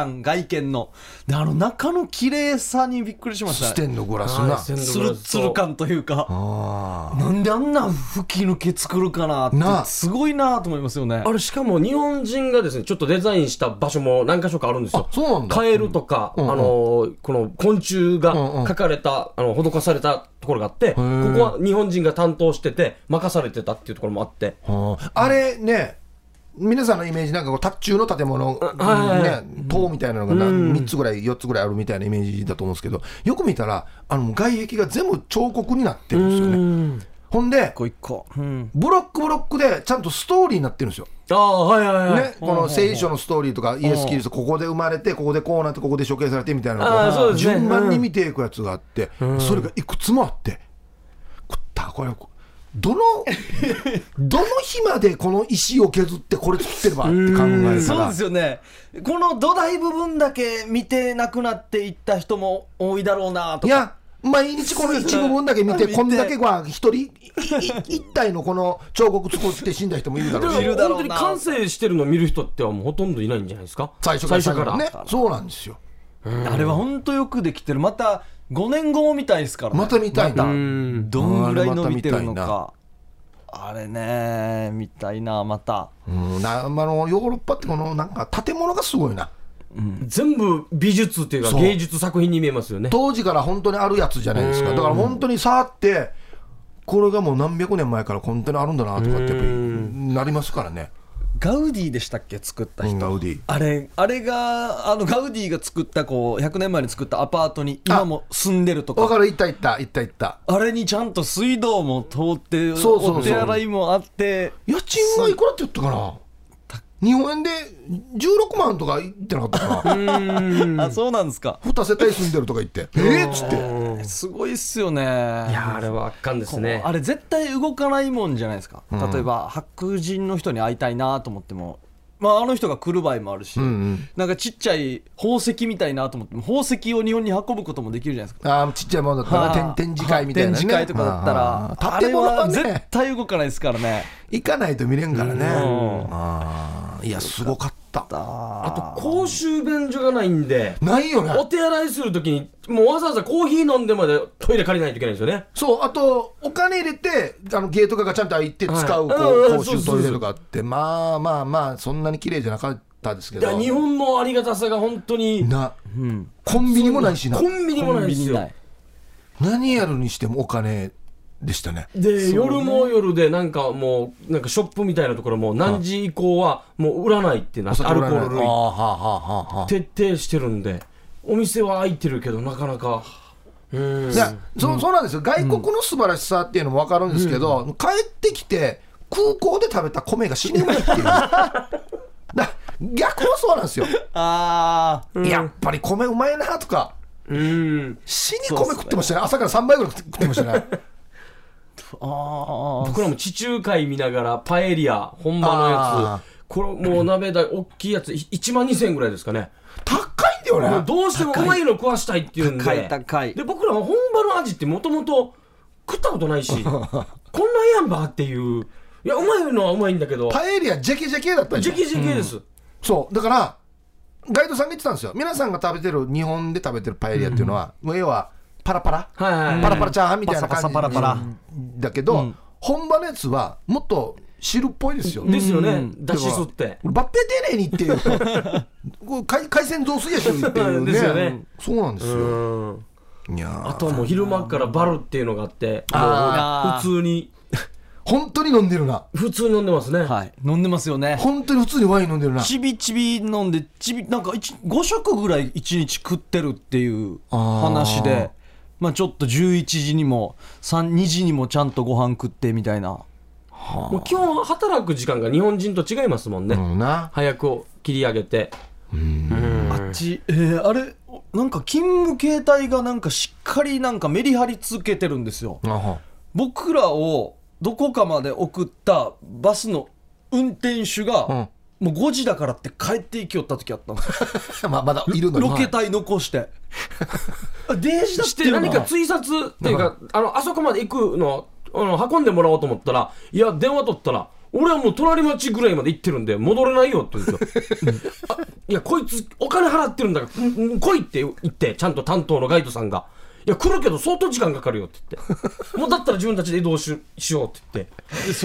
S1: 観、外見のであの中の綺麗さにびっくりしまし
S3: ス
S1: た
S3: テ
S1: ね
S3: ンのグラス
S2: は
S3: ない
S2: ステンド
S1: ツ
S2: グラ
S1: ル
S2: スと
S1: ツル感というか
S3: あー
S1: なんであんな吹き抜け作るかな
S3: な
S1: っ
S3: あ
S1: てすごいなと思いますよね
S2: あれ、しかも日本人がですね、ちょっとデザインした場所も何箇所かあるんですよ
S3: あ。そうなんだ
S2: カエルとか、
S3: うんうん
S2: あのーこの昆虫が
S3: うんうん
S2: 書かれた、あの施されたところがあって、ここは日本人が担当してて、任されてたっていうところもあって、
S3: ああれね皆さんのイメージなんかこう卓中の建物、
S2: はいはいは
S3: ね、塔みたいなのが何3つぐらい4つぐらいあるみたいなイメージだと思うんですけどよく見たらあの外壁が全部彫刻になってるんですよねほんで
S1: 一個一個、うん、
S3: ブロックブロックでちゃんとストーリーになってるんですよ、
S2: ああ、はいはいはい。
S3: ね、この聖書のストーリーとかイエス・キリストここで生まれてここでこうなってここで処刑されてみたいなの
S2: あーそう
S3: が
S2: ですね
S3: 順番に見ていくやつがあってそれがいくつもあってこったこれ
S2: <laughs>
S3: どのどの日までこの石を削ってこれ作ってればって考えた
S1: そう
S3: ら
S1: ですよねこの土台部分だけ見てなくなっていった人も多いだろうなとか
S3: いや毎日この一部分だけ見て
S1: 見て
S3: こんだけは一人いい一体のこの彫刻作って死んだ人もいるだろうし
S1: い
S2: で
S1: る
S2: も
S1: だろう
S2: 本当に
S1: な
S2: 完成してるのを見る人ってはもうほとんどいないんじゃないですか
S3: 最初から
S2: 最初から
S3: ねそうなんですよ
S1: あれは本当よくできてるまた5年後も見たいですから、ね、
S3: また見たいな
S2: うん
S1: どんぐらい伸びてる
S3: あれまた
S1: の
S3: 見たいな
S1: かあれね見たいなまた
S3: うんなあのヨーロッパってこのなんか建物がすごいな
S2: 全部美術っていうか
S3: そう
S2: 芸術作品に見えますよね
S3: 当時から本当にあるやつじゃないですかだから本当にさあってこれがもう何百年前から本当にあるんだなとかってやっぱりなりますからね
S1: ガウディでしたっけ作った人、
S3: ガウディ
S1: あれあれがあのガウディが作ったこう100年前に作ったアパートに今も住んでると
S3: 分か
S1: か
S3: る行った行った行った行った
S1: あれにちゃんと水道も通って
S3: そうそうそう
S1: お手洗いもあって
S3: 家賃がいくらって言ったかな日本円で16万とか言ってなかったかな
S1: あそうなんですか
S3: 2世帯住んでるとか言ってえっっつって
S1: すごいっすよね
S2: いやーあれは圧巻ですね
S1: あれ絶対動かないもんじゃないですか、例えば白人の人に会いたいなと思っても、まあ、あの人が来る場合もあるし、
S3: うんうん
S1: なんかちっちゃい宝石みたいなと思っても宝石を日本に運ぶこともできるじゃないですか。
S3: あーちっちゃいものだったら
S1: は
S3: 展
S1: あ
S3: 展示会みたいな、ね、
S1: 展示会とかだった
S3: は
S1: ら
S3: あ、はあ
S1: あれ
S3: 建物は
S1: は絶
S3: ね
S1: 対動かないですからね。
S3: 行かないと見れんからね
S1: うん
S3: あーいやすごかった
S1: あ
S2: あと公衆便所がないんで
S3: ないよね
S2: お手洗いするときにもうわざわざコーヒー飲んでまでトイレ借りないといけないんですよね
S3: そう、あと、お金入れて、あのゲートがガチャンと開いて使う、
S2: はい
S3: こ
S2: うんう
S3: う、
S2: ん
S3: 公
S2: そう
S3: 衆
S2: そう
S3: トイレとかあって、まあまあまあ、そんなに綺麗じゃなかったですけ
S2: だか
S3: ど。
S2: ら日本のありがたさが本当に
S3: な、コンビニもないしな
S2: コ。ンビニ
S1: あ、
S2: もないんです
S1: な
S2: よ
S1: い。
S3: 何やるにしてもお金でしたね。
S2: で夜も夜でなんかもうなんかショップみたいなところも何時以降はもう売らないってなってアルコール
S3: あーは
S2: 類
S3: あはあはあはあ。
S2: 徹底してるんでお店は開いてるけどなかなかうん
S3: いやそうそうなんですよ、外国の素晴らしさっていうのも分かるんですけど、帰ってきて、空港で食べた米が死ねないって
S2: <laughs>
S3: いう、だ逆もそうなんですよ、
S1: ああ、
S3: やっぱり米うまいなとか、
S2: うん <laughs>
S3: 死に米食ってましたね、朝から3杯ぐらい食ってましたね。
S1: ああ
S2: 僕らも地中海見ながらパエリア本場のや
S3: あ
S2: つこれもう鍋代大きいやつ1万2000円ぐらいですかね
S3: 高いんだよね
S2: もうどうしてもうまいの食わしたいっていうんで
S1: 高い高い
S2: で僕らは本場の味ってもともと食ったことな
S1: <laughs>
S2: いしこんなんやんばっていういやうまいのはうまいんだけど
S3: パエリアジェケジェケだったじ
S2: ジ
S3: ゃ
S2: ェ
S3: ん
S2: キジェキです、
S3: そうだからガイドさんが言ってたんですよ皆さんが食べてる日本で食べてるパエリアっていうのは、もう要はパラパラ、
S2: はいはいはい
S3: パラパラチャーハンみたいな感じ
S1: パサパサパラパラ
S3: だけど、
S1: うん
S3: 本場のやつはもっと汁っぽいですよ、
S2: ですよね、
S1: うん
S2: だし吸って
S3: バッペ丁寧にっていうこう海海鮮雑炊やしっていうね
S2: ですよね
S3: そうなんです
S2: う
S3: よ、
S2: ん
S3: いやー
S2: あとはもう昼間からバルっていうのがあって
S1: あー
S2: もう普通に
S3: 本当に飲んでるな
S2: 普通に飲んでますね、
S1: はい飲んでますよね
S3: 本当に普通にワイン飲んでるな
S1: ちびちび飲んでちびなんか一5食ぐらい1日食ってるっていう
S3: あー
S1: 話でまあちょっと11時にも3 2時にもちゃんとご飯食ってみたいな
S2: もう基本働く時間が日本人と違いますもんね、
S3: うんな
S2: 早く切り上げて
S1: あっちえーあれおなんか勤務形態がなんかしっかりなんかメリハリつけてるんですよ
S3: あは
S1: 僕らをどこかまで送ったバスの運転手が、もう5時だからって帰っていきよった時あったの
S3: <laughs> まあまだいるのに
S1: ロケ隊残してあデージだっ
S2: してて
S1: よな
S2: 何か追殺っていうか、あのあそこまで行くのあの運んでもらおうと思ったらいや電話取ったら俺はもう隣町ぐらいまで行ってるんで戻れないよって言うんです
S3: <laughs>
S2: よあいやこいつお金払ってるんだから、うんうん来いって言ってちゃんと担当のガイドさんがいや来るけど相当時間かかるよって言ってもうだったら自分たちで移動ししようって言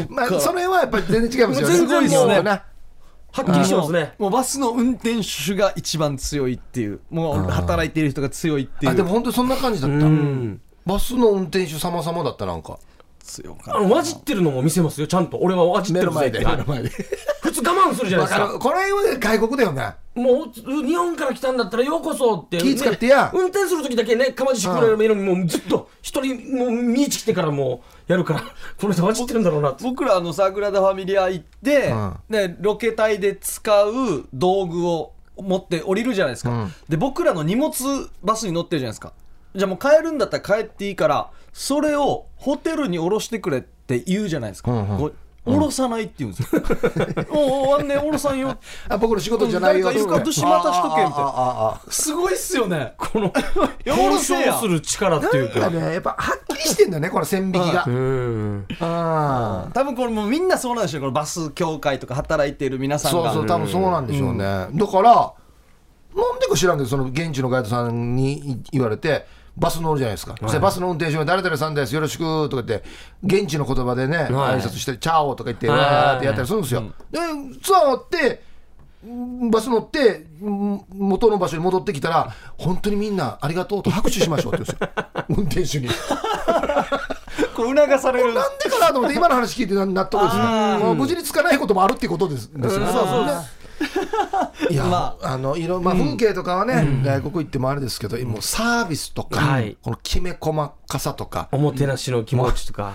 S2: って
S3: まあそれはやっぱり全然違いますよね
S2: 全然もう
S3: もうな
S2: はっきりしてますね
S1: もうバスの運転手が一番強いっていうもう働いている人が強いっていう
S3: あでも本当にそんな感じだったバスの運転手様様だったなんか
S1: 強か
S2: あのわじってるのも見せますよちゃんと俺はわじっ
S3: 目
S2: てる
S3: の前
S2: ぜって
S3: で
S2: はい
S3: 前で
S2: 普通我慢するじゃない
S3: わ
S2: です
S3: か
S2: か
S3: るこの辺は外国だよね
S2: もう日本から来たんだったらようこそって、
S3: 気使ってや
S2: ね運転する時だけねかまじしくれるのにもうずっと一人もう見に来てからもうやるからこの人混じってるんだろうなって
S1: 僕らあのサグラダ・ファミリア行って、
S3: うん
S1: ね、ロケ隊で使う道具を持って降りるじゃないですか、
S3: うん
S1: で僕らの荷物バスに乗ってるじゃないですかじゃあもう帰るんだったら帰っていいからそれをホテルに降ろしてくれって言うじゃないですか、
S3: うんうん
S1: こ降ろさないって言うんです
S3: <laughs>
S1: よ。おうおう、あんね、降ろさんよ。
S3: あ僕の仕事じゃないよ
S1: 誰かいるから閉まったしとけみたいな
S3: ああああ
S1: すごいっすよね。
S2: この
S1: <laughs> や降ろ
S2: 交
S1: せや
S2: 渉する力っていう
S3: な
S2: か
S3: んかねやっぱはっきりしてんだよねこの線引きが
S2: うん
S3: あ
S1: 多分これもうみんなそうなんでしょう。このバス協会とか働いている皆
S3: あ
S1: さん
S3: そ
S1: が。
S3: うそう多分そうなんでしょうねだからなんでか知らんけどその現地のガイドさんに言われてバス乗るじゃないですか、そしてバスの運転手は誰々さんですよろしくとか言って現地の言葉でね、
S2: はい
S3: 挨拶して「チャオ」とか言って
S2: はい
S3: わーってやったりするんですよ、でツアー終わってうんバス乗ってうん元の場所に戻ってきたら本当にみんなありがとうと拍手しましょうって言うんですよ運転手に
S1: こう促される。
S3: なんでかなと思って今の話聞いてな納得ですね
S1: あー
S3: もう無事につかないこともあるっていうことですですよね
S2: そうそう
S3: いや、
S1: ま
S3: あ、のいろまあ風景とかはね、外国行ってもあれですけど、もうサービスとか、
S2: はい
S3: このきめ細かさとか
S2: おもてなしの気持ちとか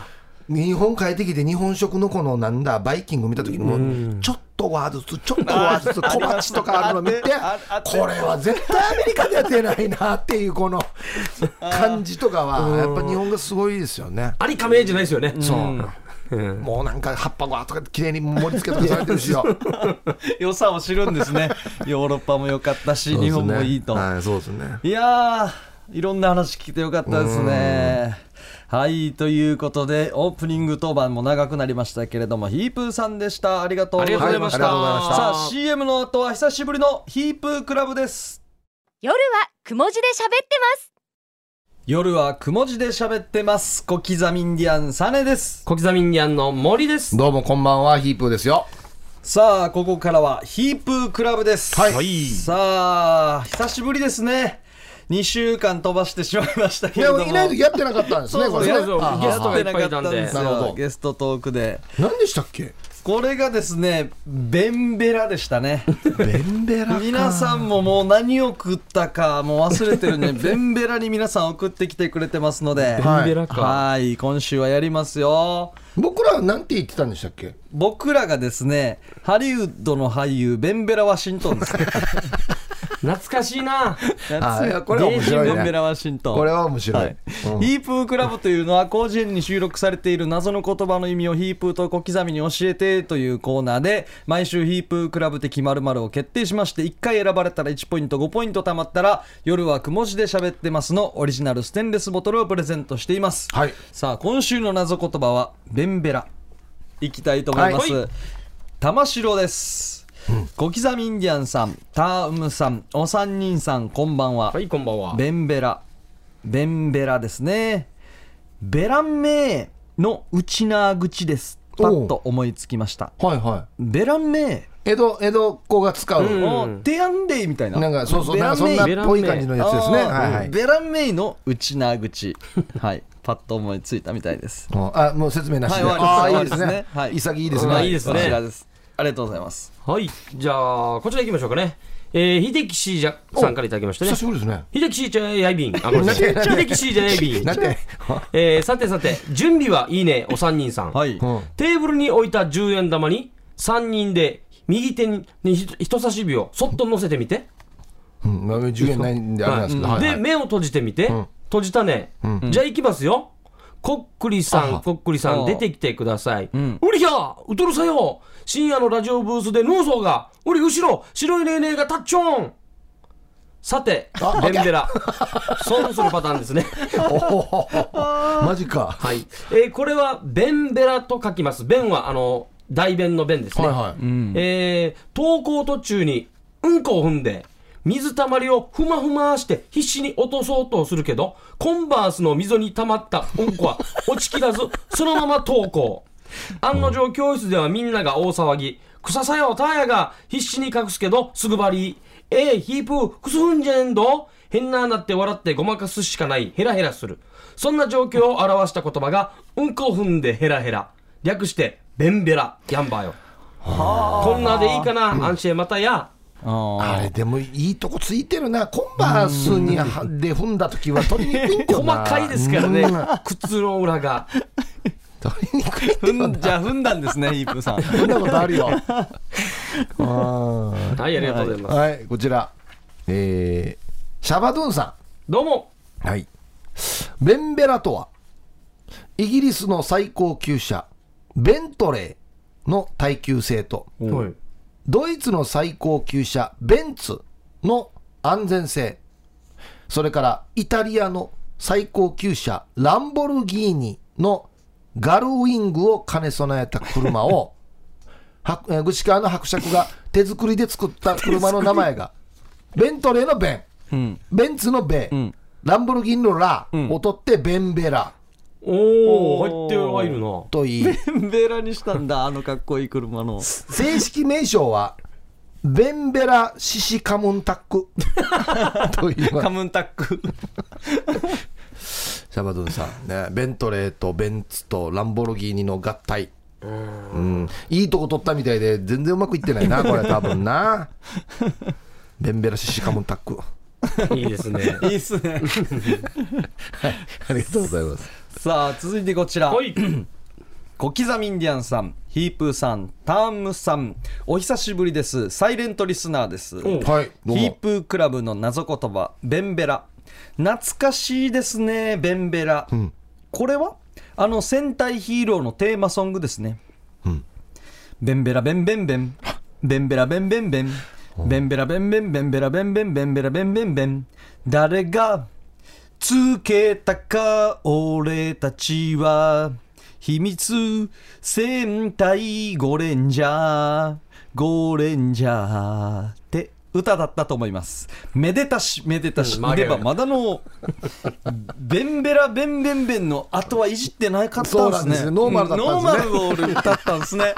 S3: 日本帰ってきて日本食のこのなんだバイキング見た時にも、ちょっとはずつちょっとは
S1: <laughs>
S3: ずつ小鉢とかあるの見て
S1: ああって
S3: これは絶対アメリカでやってないなっていうこ
S1: <laughs>
S3: の感じとかはやっぱ日本がすごいですよね。
S2: ありかめじゃないですよね
S3: そう
S2: うん
S3: もうなんか葉っぱがとか綺麗に盛り付けとかされてるし <laughs> よ。
S1: 良さを知るんですね。ヨーロッパも良かったし、
S3: そうで
S1: 日
S3: すね
S1: 本もいいと。
S3: はい、そうですね。
S1: いやー、いろんな話聞いてよかったですね。はい、ということで、オープニング当番も長くなりましたけれども、ヒープーさんでした。ありがとうござい
S2: ありがとう
S1: まし
S2: ござ
S1: た。
S2: いました
S1: さあ、CM の後は久しぶりのヒープークラブです。
S4: 夜はくも字で喋ってます
S1: 夜はくも字で喋ってます。小刻みインディアンサネです。
S2: 小刻みにあんの森です
S3: どうもこんばんは、ヒープーですよ。
S1: さあ、ここからはヒープークラブです。
S3: はい
S2: はい
S1: さあ、久しぶりですね。2週間飛ばしてしまいましたけ
S3: い
S1: れ
S3: や
S1: ども。
S3: いない時やってなかったんですね、
S1: そう
S3: こ
S1: そう
S3: れね
S1: そう
S2: そう
S3: あ
S2: ゲスト
S3: あ
S2: がいっぱいいたんで
S1: 出てなかった
S3: なるほ
S1: よ
S3: ど
S1: ゲストトークで
S3: 何でしたっけ
S1: これがですねベンベラでしたね
S3: ベンベラか
S1: 皆さんももう何を食ったかもう忘れて
S3: <laughs>
S1: るねベンベラに皆さん送ってきてくれてますので
S3: はい
S2: ベンベラか
S1: はい今週はやりますよ
S3: 僕らはなんて言ってたんでしたっけ
S1: 僕らがですねハリウッドの俳優ベンベラ・ワシントンです
S2: 懐かしいな。
S3: あいやこれ <laughs> は
S1: デイ
S3: 面
S1: ジー・
S3: 白いね
S1: ベンベラ・ワシントン
S3: これは面白い
S1: はい
S3: うん
S1: ヒープークラブというのは広辞苑に収録されている謎の言葉の意味をヒープーと小刻みに教えてというコーナーで毎週ヒープークラブ的〇〇を決定しまして1回選ばれたら1ポイント5ポイント貯まったら夜はくも字で喋ってますのオリジナルステンレスボトルをプレゼントしています、
S3: はい
S1: さあ今週の謎言葉はベンベラいきたいと思います、
S2: は
S1: 玉城です小刻みインディアンさんタームさんお三人さんこんばんは、
S2: はい、こんばんは。
S1: ベンベラベンベラですねベランメーの内な口ですパッと思いつきました
S3: はいは
S1: ベランメ
S3: い江戸江戸っ子が使う、
S1: ー
S2: ん
S1: のテアンデイみたいな
S3: なんかそうそうなんかそん
S1: ベ
S3: な
S1: ランメイ
S3: っぽい感じのやつですね
S1: あー
S3: はいはい
S1: ベランメイの内な
S3: <laughs>
S1: 口はいパッと思いついたみたいです
S3: うんあもう説明なしで、
S1: はい
S3: ああ
S1: 終
S3: ー
S1: わり
S3: いいで
S1: です
S3: すね、
S1: はい
S3: 潔いですね、
S2: まあいいですね
S1: こちらですありがとうございます
S2: はい、じゃあ、こちら行きましょうかね。えー、秀樹氏じゃさんからいただきましたね
S3: 久。しぶりですね
S2: 秀樹氏じゃやいびん。あ、ごめんなさい。 <laughs>
S3: なんで
S2: 秀樹氏じゃやいびん。
S3: なんて、
S2: えー、さてさて、準備はいいね、お三人さん。
S1: はい、
S3: うん、
S2: テーブルに置いた10円玉に3人で右手にひ人差し指をそっと乗せてみて、
S3: うんまあ、10円ないんであれなんですけど、
S2: は
S3: は
S2: い
S3: い
S2: で、
S3: はい
S2: 目を閉じてみて、
S3: ん
S2: 閉じたね、じゃあ行きますよこっくりさんこっくりさ
S1: あ
S2: ん
S1: あ
S2: 出てきてください、うんりウリヒャウトルサよ深夜のラジオブースで脳層がウリ後ろ白いレーレーがタッチョンさてベンベラ損するパターンですね
S3: マジか、
S2: はい、えーこれはベンベラと書きますベンはあの大便の便ですね、
S3: はいはい、
S2: えー登校途中にうんこを踏んで、水たまりをふまふまして必死に落とそうとするけど、コンバースの溝に溜まったうんこは落ちきらず、そのまま登校。案の定教室ではみんなが大騒ぎ。草さよ、ターヤが必死に隠すけど、すぐばり。えー、ヒープー、くすふんじゃねんど変ななって笑ってごまかすしかない、ヘラヘラする。そんな状況を表した言葉が、うんこ踏んでヘラヘラ。略して、ベンベラ、ヤンバーよ。こんなでいいかな、アンシェまたや。
S1: あ
S3: あれでもいいとこついてるなコンバースにはで踏んだ時は取りにくいんだよ
S2: 細
S3: な
S2: かいですからね
S3: うん、
S2: 靴の裏が。
S3: 取りにくい
S1: ー踏んじゃあ踏んだんですねヒープーさん
S3: そんなことあるよあー
S2: はい、ありがとうございます。
S3: はいこちらえー、シャバドゥンさ
S2: どうも。
S3: んはいベンベラとはイギリスの最高級車ベントレーの耐久性と
S2: はい
S3: ドイツの最高級車ベンツの安全性それからイタリアの最高級車ランボルギーニのガルウィングを兼ね備えた車を <laughs> はえー具志川の伯爵が手作りで作った車の名前がベントレーのベン、ベンツのベ、
S1: ん
S3: ランボルギーニのラを取ってベンベラ
S2: おー、入
S1: おー
S2: ってはいるな。
S3: といい
S1: ベラにしたんだあのかっこいい車の
S3: 正式名称はベンベラシシカムンタックと言います
S1: カムンタック
S3: シャバドゥンさん、ね、ベントレーとベンツとランボルギーニの合体うんいいとこ取ったみたいで全然うまくいってないなこれ多分なベンベラシシカモンタック
S2: いいですね。
S1: い
S2: <laughs>
S1: いっすね
S3: ありがとうございます
S1: さあ続いてこちら、
S2: はい。
S1: 小刻みインディアンさんヒープーさんタームさんお久しぶりですサイレントリスナーです
S2: ん
S3: はいどう
S1: ヒー
S3: も
S1: プークラブの謎言葉ベンベラ懐かしいですねベンベラ、これはあの戦隊ヒーローのテーマソングですね、ベンベラベンベンベンベンベラベンベンベンベンベラベンベンベンベラベンベンベンベラベンベンベン誰がつけたか俺たちは秘密戦隊ゴレンジャーゴレンジャーって歌だったと思いますめでたしめでたし、
S2: うん
S1: ではまだのベンベラベンベンベンの後はいじってなかったんですね
S3: そうなんですよノーマルだったんで
S1: うんノ
S3: すね
S1: ーマルを俺歌ったんですね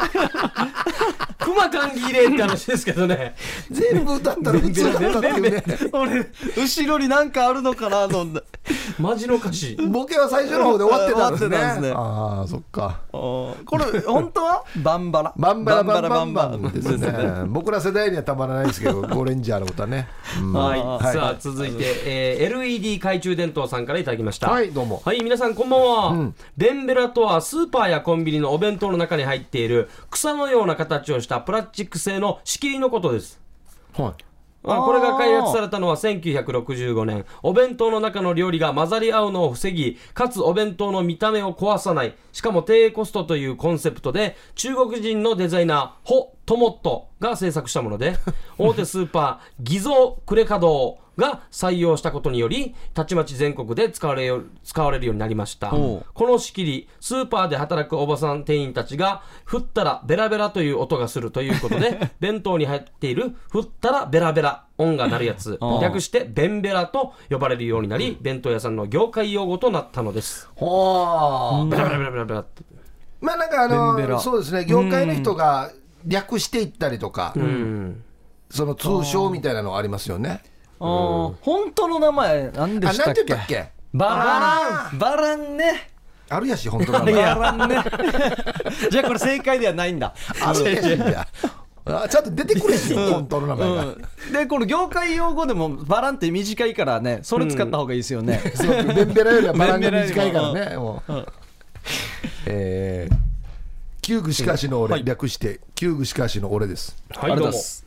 S2: 熊歓喜レーって話ですけどね。
S3: 全部歌ったら普通だったっていうね
S1: 俺後ろになんかあるのかなと思った
S2: マジの歌詞。
S3: ボケは最初の方で終わってたんですね
S1: 終わってたんですね
S3: ああそっか
S1: おーこれ本当はバンバラ
S3: バンバラバンバンバンで
S1: です
S3: すね僕ら世代にはたまらないですけどゴレンジャーのことはね、うん
S2: はい、
S3: はい
S2: さあ続いて、えー LED 懐中電灯さんからいただきました
S3: はいどうも
S2: はい皆さんこんばんは、ベンベラとはスーパーやコンビニのお弁当の中に入っている草のような形をしたプラスチック製の仕切りのことです
S3: は
S2: まあ、これが開発されたのは1965年お弁当の中の料理が混ざり合うのを防ぎかつお弁当の見た目を壊さないしかも低コストというコンセプトで中国人のデザイナーホ・トモットが制作したもので大手スーパー偽造クレカドーが採用したことによりたちまち全国で使われよ使われるようになりました
S1: おう
S2: この仕切りスーパーで働くおばさん店員たちが振ったらベラベラという音がするというこ
S1: <laughs>
S2: とで弁当に入っている振ったらベラベラ音が鳴るやつ
S1: ああ
S2: 略してベンベラと呼ばれるようになり弁当屋さんの業界用語となったのです
S3: ほー
S2: ベラベラベラベラベラって
S3: まあなんかあ
S1: ベンベラ
S3: のそうですね業界の人が略していったりとか、
S2: うん
S3: その通称みたいなのありますよね。
S1: あー本当の名前何で
S3: あ
S1: し
S3: な
S1: た
S3: ん
S1: ってけ
S3: 言ったっけ
S1: バラ
S3: あ
S1: ンバランね
S3: あるやし本当
S1: バ
S3: なの。
S1: ランね
S3: <laughs>
S1: じゃあこれ正解ではないんだ
S3: あるやしみたいなあちゃんと出てくれよ本当の名前が。
S1: うんでこの業界用語でもバランって短いからねそれ使った方がいいですよね、
S3: そうベンベラよりはバランが
S1: ベンベラより
S3: 短いから
S1: は
S3: ね。もうえー旧具しかしの俺、略して旧具しかしの俺です。
S2: はい
S1: あり
S2: ど
S1: がとうござい
S2: うも
S1: ます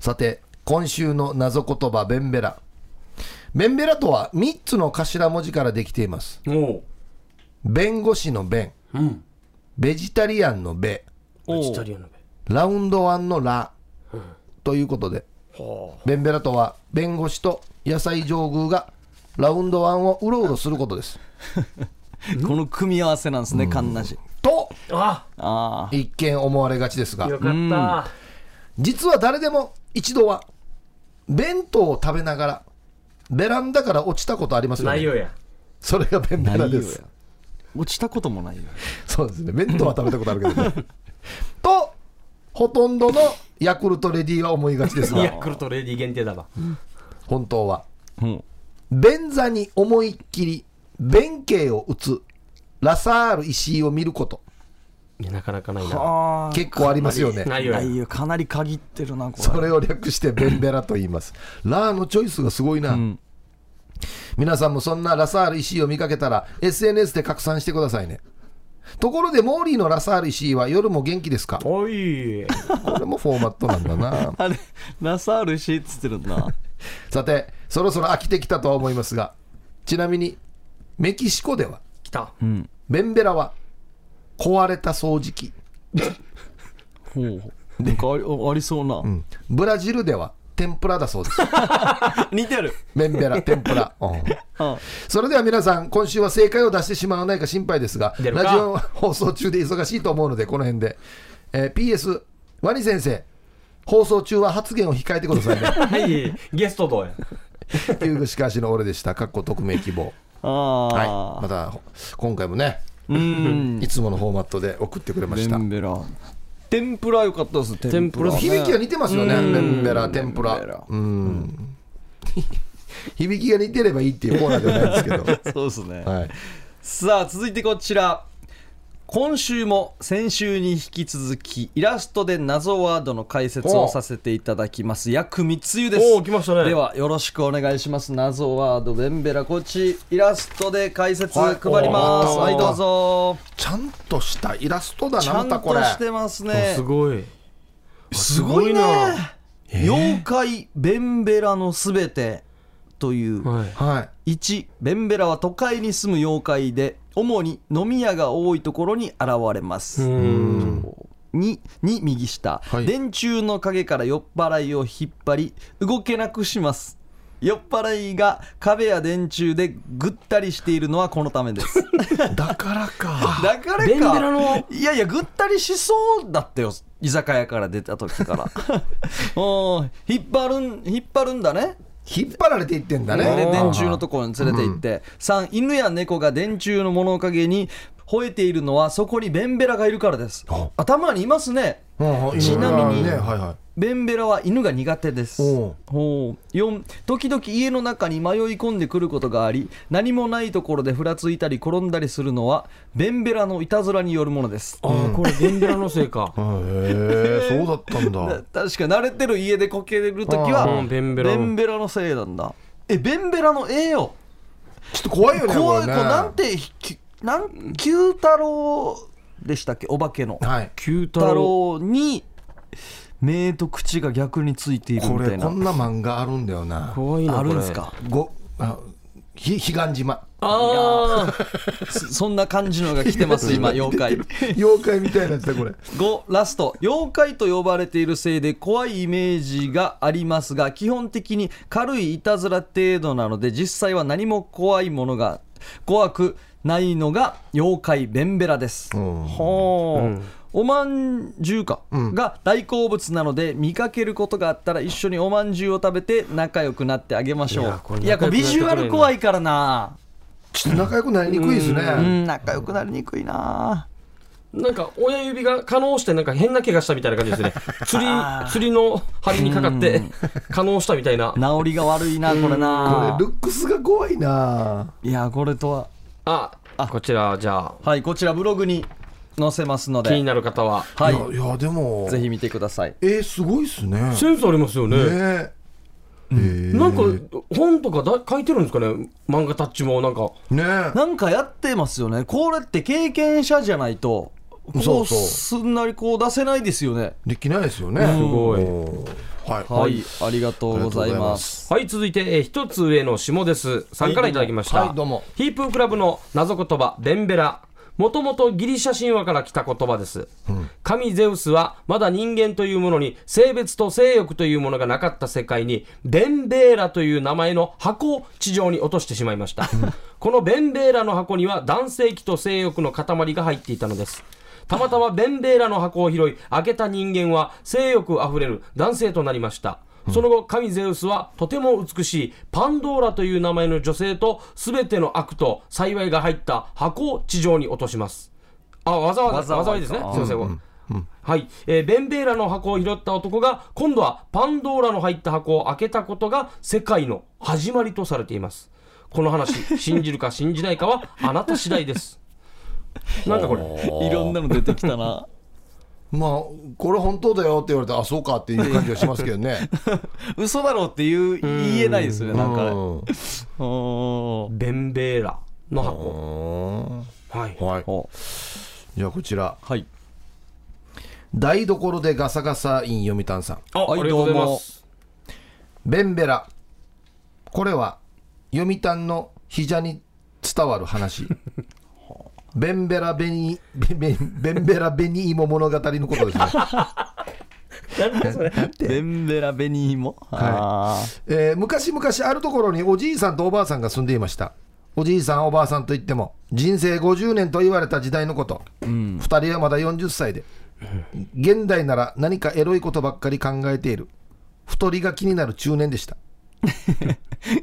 S3: さて今週の謎言葉ベンベラベンベラとは3つの頭文字からできています
S2: おう
S3: 弁護士の弁
S2: うん
S3: ベジタリアンのベ
S2: ベジタリアンの
S3: ラウンドワンのラということで
S2: は
S3: ベンベラとは弁護士と野菜上宮がラウンドワンをうろうろすることです
S1: この組み合わせなんですね、カンナジ。
S3: と
S2: あ
S1: あ
S3: 一見思われがちですが
S2: あよかった
S3: 実は誰でも一度は弁当を食べながらベランダから落ちたことありますよ
S2: 内
S3: ね
S2: 容や
S3: それがベン
S1: あ、
S3: ベラです
S1: 落ちたこともないよ。
S3: そうですね。弁当は食べたことあるけど、ね、 <laughs> と、ほとんどのヤクルトレディーは思いがちです
S2: ヤ
S3: が、
S2: クルトレディ限定だわ
S3: 本当は。
S1: うん、
S3: 便座に思いっきり弁慶を打つ、ラサール石井を見ること、
S2: いやなかなかないな
S1: あ
S3: 結構ありますよね。
S2: 内容
S1: あ、
S2: や
S1: いよ、かなり限ってるな、これ。
S3: それを略してベンベラと言います。ラーのチョイスがすごいな。
S1: ん
S3: 皆さんもそんなラサール石井を見かけたら、SNS で拡散してくださいね。ところで、モーリーのラサール石井は夜も元気ですか
S2: おい
S3: これもフォーマットなんだな。
S1: あれ、ラサールしっつってるな。
S3: さてそろそろ飽きてきたとは思いますがちなみにメキシコでは
S2: 来た
S1: うん。
S3: ベンベラは壊れた掃除機、
S1: ほう。なんかありあありそうな、
S3: うんブラジルでは天ぷらだそうです <laughs>
S1: 似てる、
S3: ベンベラ天ぷら、うん
S1: うん、
S3: それでは皆さん今週は正解を出してしまわないか心配ですが
S2: 出るか
S3: ラジオ放送中で忙しいと思うのでこの辺で、えー PS ワニ先生放送中は発言を控えてください
S2: <laughs>
S3: ね
S2: はい、ゲストどうや。
S3: 旧具しかしの俺でしたかっこ匿名希望
S1: あ
S3: はい
S1: あ、
S3: また今回もね
S1: うん
S3: いつものフォーマットで送ってくれま
S1: ベ
S3: した
S1: ンベラ天ぷら良かったです天ぷらね
S3: 響きが似てますよね、ベンベラ、天ぷ
S1: ベンベラ
S3: ら。うん。響きが似てればいいっていうコーナーではないですけど。
S1: <laughs> そうですね、
S3: はい。
S1: さあ続いてこちら今週も先週に引き続きイラストで謎ワードの解説をさせていただきます薬味つゆです
S2: おー来ましたね
S1: ではよろしくお願いします謎ワードベンベラこっちイラストで解説
S3: は
S1: 配
S3: い
S1: ります
S3: おー
S1: はいどうぞ
S3: ちゃんとしたイラストだ
S1: ち
S3: な、
S1: ゃ
S3: あ
S1: ん
S3: んたこれ
S1: と。してますね
S2: すごい。
S1: すごいね
S2: すごい
S1: 妖怪ベンベラのすべてという、
S2: はい。
S3: はい。
S1: 1ベンベラは都会に住む妖怪で主に飲み屋が多いところに現れます2に右下、
S3: はい
S1: 電柱の陰から酔っ払いを引っ張り動けなくします酔っ払いが壁や電柱でぐったりしているのはこのためです
S2: <laughs>
S3: だからか。
S1: <laughs> だからか
S2: ベンベラの
S1: いやいやぐったりしそうだったよ居酒屋から出た時
S2: <laughs>
S1: からうん引っ張るん引っ張るんだね
S3: 引っ張られていってんだね。
S1: で電柱のところに連れて行って、3犬や猫が電柱の物陰に吠えているのはそこにベンベラがいるからです
S3: あ
S1: 頭にいますね
S3: うんうん
S1: ちなみに
S3: ね、はいはい。
S1: ベンベラは犬が苦手です
S3: おう
S1: ほう4時々家の中に迷い込んでくることがあり何もないところでふらついたり転んだりするのはベンベラのいたずらによるものです
S2: ああ、これベンベラのせい
S1: <laughs>
S2: か。
S3: あへえ、そうだったん
S1: だ <laughs>
S3: だ。
S1: 確か慣れてる家でこけれる時は
S2: あーベンベラの
S1: のせいなんだえベンベラの絵よ
S3: ちょっと怖いよね、
S1: 怖い、
S3: れ
S1: こ
S3: ね
S1: うなんてひきなん九太郎でしたっけお化けの
S3: はい。
S2: 九太
S1: 太郎
S2: 郎。
S1: に目と口が逆についている
S3: こ
S1: みた
S3: れ
S1: い
S3: こ
S1: な。
S3: んな漫画あるんだよな
S2: 可愛いな
S1: あ
S2: これ
S1: るんすか
S3: ごあひ彼岸島
S2: ああ
S1: そ <laughs> そんな感じのが来てます、今、妖怪。
S3: <laughs> 妖怪みたいなやつだこれ
S1: 5ラスト妖怪と呼ばれているせいで怖いイメージがありますが基本的に軽いいたずら程度なので実際は何も怖いものが怖くないのが妖怪ベンベラです、
S3: うん
S1: ほうおまんじゅうかが大好物なので見かけることがあったら一緒におまんじゅうを食べて仲良くなってあげましょうい
S2: い
S1: や
S2: や
S1: これ
S2: これ
S1: ビジュアル怖いからな
S3: ちょっと仲良くなりにくいですね
S1: うん仲良くなりにくいな
S2: なんか親指が可能してなんか変な怪我したみたいな感じで
S1: <laughs>
S2: すね釣り釣りの針にかかって可能したみたいな
S1: 治りが悪いなこれな
S3: これルックスが怖いない
S1: やこれとは
S2: あこちらじゃあ
S1: はい、こちらブログに載せますの
S2: 気に
S1: で、
S2: なる方は
S1: はいい、
S3: やいやでも
S1: ぜひ見てください。
S3: えーすごいっすね
S2: センスありますよね
S3: ねえー
S2: なんか本とかだ書いてるんですかね漫画タッチもなんか
S3: ね
S1: なんかやってますよね。これって経験者じゃないと、こ
S3: そう
S1: う
S3: そう
S1: すんなりこう出せないですよね。
S3: えできないですよねす
S2: ごい
S3: はい
S1: は
S3: はい
S1: い、ありがとうございます。
S2: はい続いて、えー一つ上の下ですさんからいただきました、
S3: はいどうも
S2: ヒープークラブの謎言葉ベンベラもともとギリシャ神話から来た言葉です、神ゼウスはまだ人間というものに性別と性欲というものがなかった世界にベンベーラという名前の箱を地上に落としてしまいましたこのベンベーラの箱には男性器と性欲の塊が入っていたのですたまたまベンベーラの箱を拾い開けた人間は性欲あふれる男性となりましたその後神ゼウスはとても美しいパンドーラという名前の女性と全ての悪と幸いが入った箱を地上に落としますあわざわざわざわざですねすいません、はい、えーベンベーラの箱を拾った男が今度はパンドーラの入った箱を開けたことが世界の始まりとされていますこの話信じるか信じないかはあなた次第 <laughs> ですなんかこれ
S1: いろんなの出てきたな。
S3: まあこれ本当だよって言われたらあそうかっていう感じはしますけどね
S1: <laughs> 嘘だろうっていう言えないですよね、なんかね。
S3: うん
S1: おー
S2: ベンベーラの箱はい
S3: はい
S1: お
S3: じゃあこちら
S1: はい。
S3: 台所でガサガサイン読谷さん
S2: あ
S1: はい
S2: ありがとうございます
S3: ベンベラこれは読谷の膝に伝わる話ベンベラベニベベベンベラベニイモ物語のことですね、
S1: ベンベラベニーモ。あ
S3: えー昔々あるところにおじいさんとおばあさんが住んでいましたおじいさんおばあさんといっても人生50年と言われた時代のこと、2人はまだ40歳で現代なら何かエロいことばっかり考えている太りが気になる中年でした
S1: ー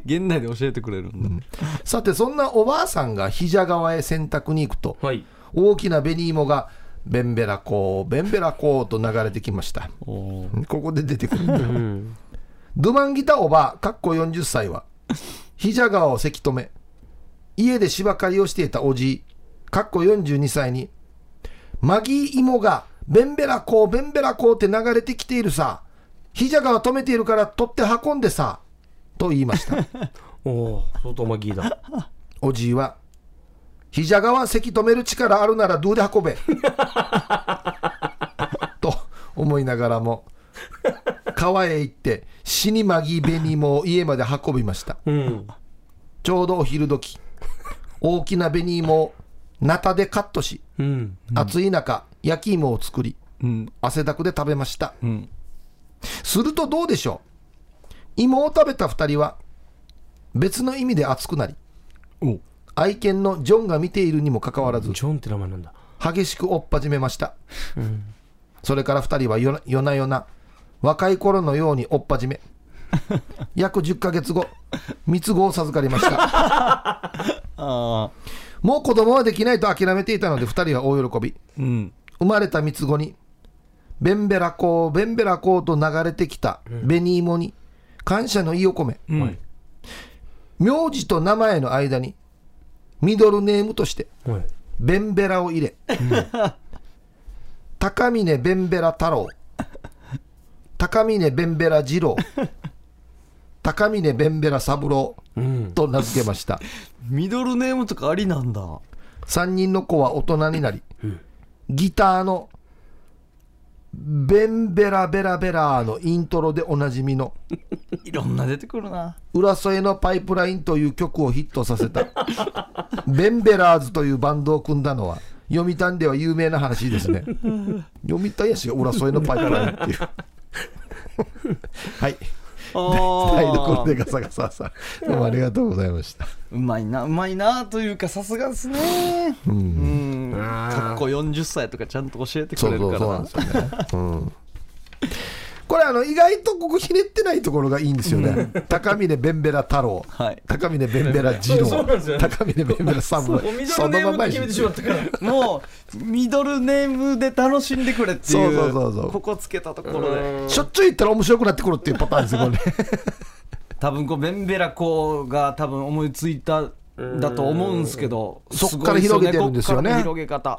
S1: 現代で教えてくれるんだ。
S3: さてそんなおばあさんが膝側へ洗濯に行くと、
S2: はい
S3: 大きな紅芋がベンベラコーベンベラコーと流れてきました
S1: おー
S3: ここで出てくるんだドゥマンギタおばかっこ40歳は膝川をせき止め家で芝刈りをしていたおじいかっこ42歳にマギー芋がベンベラコーベンベラコーって流れてきているさ膝川止めているから取って運んでさと言いました
S2: おおー相当マギーだ
S3: おじいは、膝側せき止める力あるならどうで運
S2: <laughs>
S3: べ。と思いながらも、川へ行って死にまぎ紅芋を家まで運びました。
S2: うん
S3: ちょうどお昼時、大きな紅芋をナタでカットし、
S2: うん
S3: 暑い中、焼き芋を作り、
S1: うん。
S3: 汗だくで食べました。
S1: うん。
S3: するとどうでしょう芋を食べた2人は別の意味で熱くなり
S1: お
S3: 愛犬のジョンが見ているにもかかわらず
S2: ジョンって名前なんだ
S3: 激しく追っ始めました、それから2人は夜な夜な夜な若い頃のように追っ始め約10ヶ月後三つ子を授かりました
S1: ああ。
S3: もう子供はできないと諦めていたので2人は大喜び
S1: うん。
S3: 生まれた三つ子に、ベンベラコー、ベンベラコーと流れてきた紅芋に、感謝の意を込め、
S1: うん。
S3: 名字と名前の間に、ミドルネームとして、
S2: はい
S3: ベンベラを入れ、高峰ベンベラ太郎、高峰ベンベラ二郎、高峰ベンベラ三郎
S2: うん
S3: と名付けました。
S1: ミドルネームとかありなんだ。
S3: 3人の子は大人になり、ギターのベンベラベラベラーのイントロでおなじみの
S1: いろんな出てくるな。
S3: 浦添のパイプラインという曲をヒットさせ
S2: <laughs>
S3: たベンベラーズというバンドを組んだのは読谷では有名な話です
S2: <laughs>
S3: ね読谷やしが浦添のパイプラインっていうはい台所でガサガサさんどうもありがとうございました
S1: うまいな、うまいなというか、さすがですね。うん。かっこ40歳とかちゃんと教えてく
S3: そ
S1: れ
S3: う
S1: る
S3: そう
S1: か
S3: そ
S1: ら
S3: うなん
S1: な
S3: で。すよね、うんこれあの意外とここひねってないところがいいんですよね、高峰ベンベラ太郎、
S1: はい
S3: 高峰ベンベラ二
S2: そうそうなんですよ
S3: 郎
S2: ね
S3: 高峰ベンベラサム
S2: おミドルネームって決めてしまったから
S1: もう、ミドルネームで楽しんでくれっていう。
S3: そうそうそうそう
S1: ここつけたところで。
S3: しょっちゅう言ったら面白くなってくるっていうパターンですよ、これね。
S1: 多分こうベンベラ子が多分思いついただと思うんですけど
S3: そっから広げてるんですよね
S1: すごいですこっからの広げ方
S3: <laughs>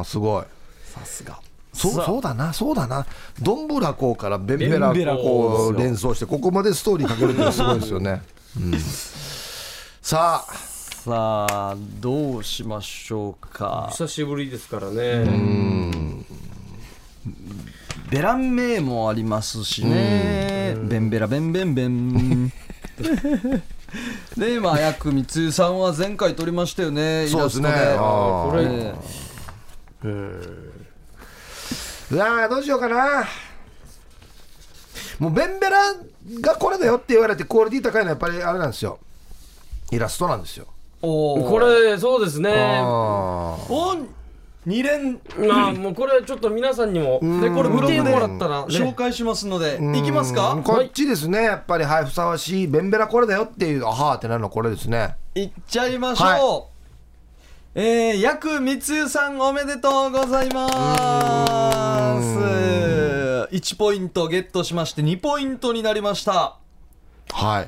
S3: ああ、すごい。
S1: さすが
S3: そう
S1: さあ
S3: そうだな、そうだな、どんぶらこうからベンベラ
S1: ベンベラ
S3: こ
S1: こ
S3: う
S1: う
S3: 連想して、ここまでストーリーかけるっていうのはすごいですよね。うんさあ、
S1: さあどうしましょうか
S2: 久しぶりですからね
S1: ベラン名もありますしねベンベラベンベンベ
S2: <laughs>
S1: ンでまあ役三井さんは前回撮りましたよねイ
S3: そう
S1: ラ
S3: です
S1: スト
S3: ね。
S1: で
S3: あ
S2: こ
S3: ー
S2: れ、
S1: ええ
S3: うわーどうしようかな。もうベンベラがこれだよって言われてクオリティ高いのはやっぱりあれなんですよ。イラストなんですよ。
S1: おー
S2: これそうですね
S3: あー
S1: お2連
S2: まあもうこれちょっと皆さんにも
S1: でこれブロ
S2: 見
S1: グ
S2: て
S1: で
S2: もらったら
S1: 紹
S2: ね
S1: 介しますのでいきます
S3: うん
S1: か
S3: こっちですね、やっぱり、はい、ふさわしい、ベンベラこれだよっていう、あはーってなるの、これですね。
S1: いっちゃいましょう、
S3: は
S1: えー、やくみつゆさんおめでとうございます1ポイントゲットしまして2ポイントになりました
S3: は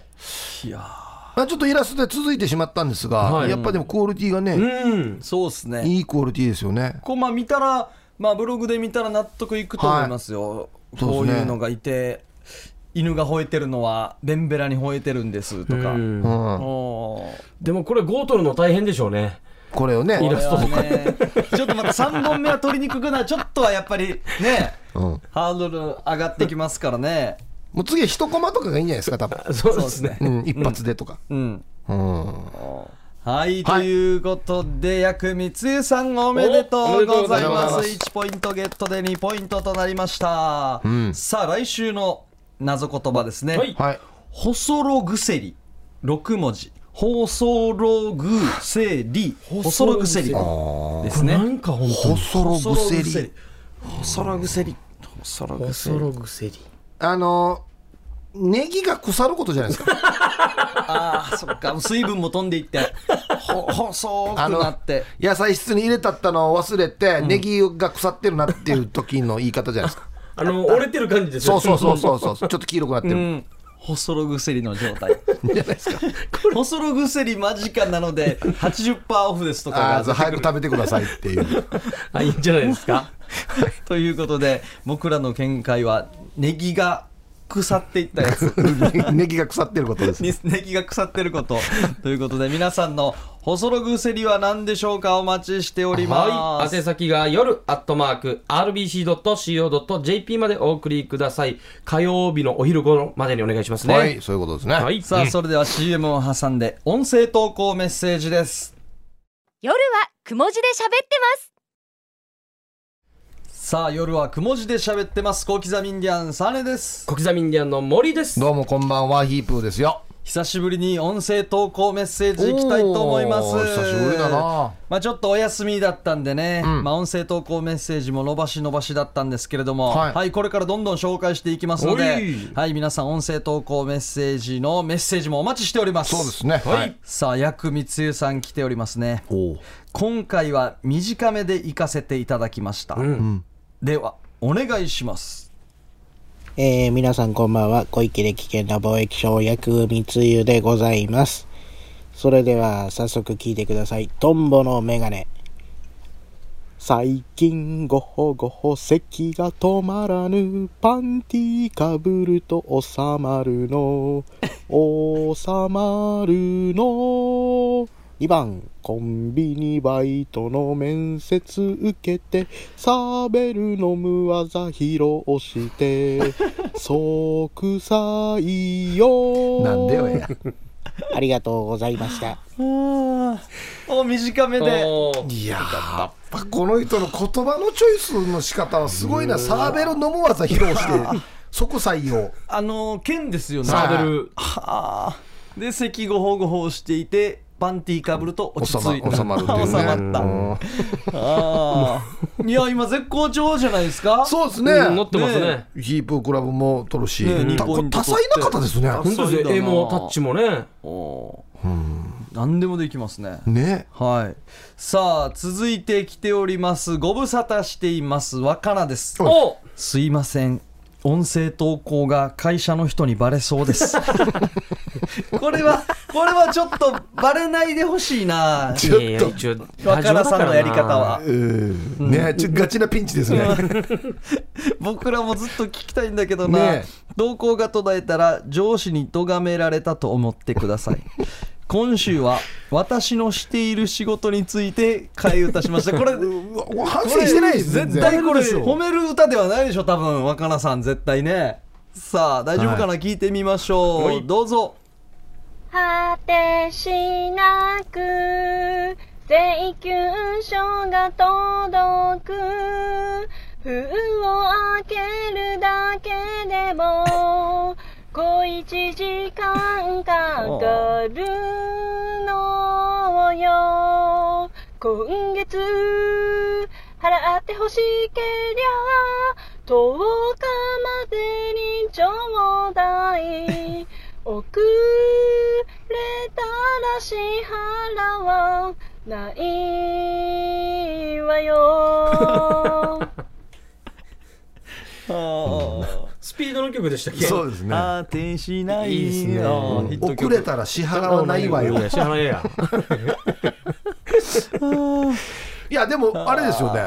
S3: い。
S1: いやー
S3: まあちょっとイラストで続いてしまったんですが、
S2: はい
S3: やっぱでもクオリティが
S2: う
S3: ね、
S2: ん
S1: そうっすね
S3: いいクオリティですよね。
S1: こうまあ見たらまあブログで見たら納得いくと思いますよ、
S3: そうっすね
S1: こういうのがいて犬が吠えてるのはベンベラに吠えてるんですとか、
S2: うん
S3: うん、
S1: おー
S2: でもこれゴートルの大変でしょうね
S3: これをね、
S2: イラストと
S1: これはねちょっとまた3本目は取りにくくなるちょっとはやっぱりね
S3: うん、
S1: ハードル上がってきますからね
S3: もう次は一コマとかがいいんじゃないですか、多分
S2: そうですね
S3: うん、一発でとか。
S1: うん
S3: うん、
S1: はい、ということで、やくみつゆさんおめでとうございま
S3: おおめでとうございます
S1: す。1ポイントゲットで2ポイントとなりました。
S3: ん
S1: さあ、来週の謎言葉ですね。
S2: はい
S3: はい。
S1: 細ろぐせり、6文字。細ろぐせり、細ろぐせり
S2: 細
S1: です
S2: な
S1: ね。
S2: んかほん
S3: 細ろ
S1: 細ろ
S3: ぐ
S1: ぐ
S3: せ
S1: せ
S3: り
S1: り。。細ろぐせり。細ろぐせ
S2: 恐
S1: り。
S2: ろぐせり
S3: あのー、ネギが腐ることじゃないですか。
S1: ああ、そっか。水分も飛んでいって、ほ細く
S3: あの
S1: なって。
S3: 野菜室に入れたったのを忘れて、ネギが腐ってるなっていう時の言い方じゃないですか。
S2: あの折れてる感じです
S3: そうそうそう
S2: う
S3: そうそう、ちょっと黄色くなって
S1: う
S3: る。
S1: ん。細ろぐせりの状態。
S3: じゃないですか。
S1: 細ろぐせり間近なので80%オフですと
S3: あ
S1: か
S3: あ、そう
S1: が
S3: 早く食べてくださいっていう。
S2: <laughs> あいいんじゃないですか
S1: ということで僕らの見解はネギが腐っていったやつ
S3: ネギが腐ってることです。
S1: にネギが腐ってる
S2: <laughs>
S1: ことということで皆さんの細ろぐせりは何でしょうかお待ちしており
S2: は
S1: ま
S2: い
S1: す、
S2: 宛先が夜アットマーク RBC.CO.JP までお送りください火曜日のお昼頃までにお願いしますね
S3: はい、そういうことですね。
S2: は
S3: はい、
S2: い
S1: さあそれでは CM を挟んで音声投稿メッセージです
S4: 夜はくも字で喋ってます
S1: さあ夜はくも字で喋ってます小刻みインディアンサネです
S2: 小刻みインディアンの森です
S3: どうもこんばんは、ヒープーですよ。
S1: 久しぶりに音声投稿メッセージいきたいと思います
S3: おー久しぶりだな。
S1: まあ、ちょっとお休みだったんでね、
S3: ん
S1: まあ、音声投稿メッセージも伸ばし伸ばしだったんですけれども、
S3: は
S1: はいいこれからどんどん紹介していきますの
S2: お
S1: で
S2: い、
S1: はい、皆さん、音声投稿メッセージのメッセージもお待ちしております。
S3: そうですね。
S2: はい、
S3: はい。
S1: さあ、やくみつゆさん来ておりますね。
S3: お
S1: 今回は短めで行かせていただきました。
S2: ん
S1: では、お願いします。
S5: えー皆さんこんばんは。小池で危険な貿易商、薬密輸でございます。それでは、早速聞いてください。トンボのメガネ。最近、ごほごほ、咳が止まらぬ。パンティーかぶると収まるの。収まるの。 2番、コンビニバイトの面接受けて、サーベルの無技披露
S3: <laughs>
S5: して、即採用。
S3: なんでよえ
S5: ありがとうございました。
S1: お短めで
S2: おー
S3: いやーやっぱこの人の言葉のチョイスの仕方はすごいなサーベル飲む技披露して即採用
S1: あの剣ですよね
S2: サーベル
S1: はあで咳ごほごほしていてパンティーかぶると落ち着いた
S3: 収まるっていうね
S1: 収まった
S3: うん
S1: ああいや今絶好調じゃないですか
S3: そうです
S2: うん
S3: ね
S2: 乗ってますね
S1: ね
S3: ヒープークラブも取るし、
S1: ね二
S3: た
S1: ポイント
S3: 多彩な方ですね
S1: 取
S2: 本当です
S1: そうだな
S2: ね絵もタッチもね
S1: おー何でもできますね
S3: ね
S1: はいさあ続いて来ておりますご無沙汰しています若菜です
S3: お
S2: お
S1: すいません音声投稿が会社の人にバレそうです
S3: <laughs>
S1: これはこれはちょっとバレないでほしい
S3: <laughs>
S1: な
S3: ちょっと
S2: いやいや一応
S1: 若菜さんのやり方は
S3: うんねちょガチなピンチですね
S1: 僕らもずっと聞きたいんだけどな、
S3: ねえ
S1: 動向が途絶えたら上司に咎められたと思ってくだ
S3: <laughs>
S1: さい今週は私のしている仕事について替え歌しましたこれ
S3: <laughs> うわもう反省してないです
S1: 絶対これ褒める歌ではないでしょ多分若菜さん絶対ねさあ大丈夫かな、聞いてみましょう、
S2: はい
S1: どうぞ
S6: 果てしなく請求書が届く封を開けるだけでも小一時間かかるのよ今月払ってほしけりゃ10日までにちょうだい遅れたら支払わないわよ
S1: あー
S2: スピードの曲でしたっけ
S3: そうですね
S1: あーてしない
S2: いいっすね
S1: のヒット曲
S3: 遅れたら支払わないわよ
S2: 支払えや
S3: いやでもあれですよね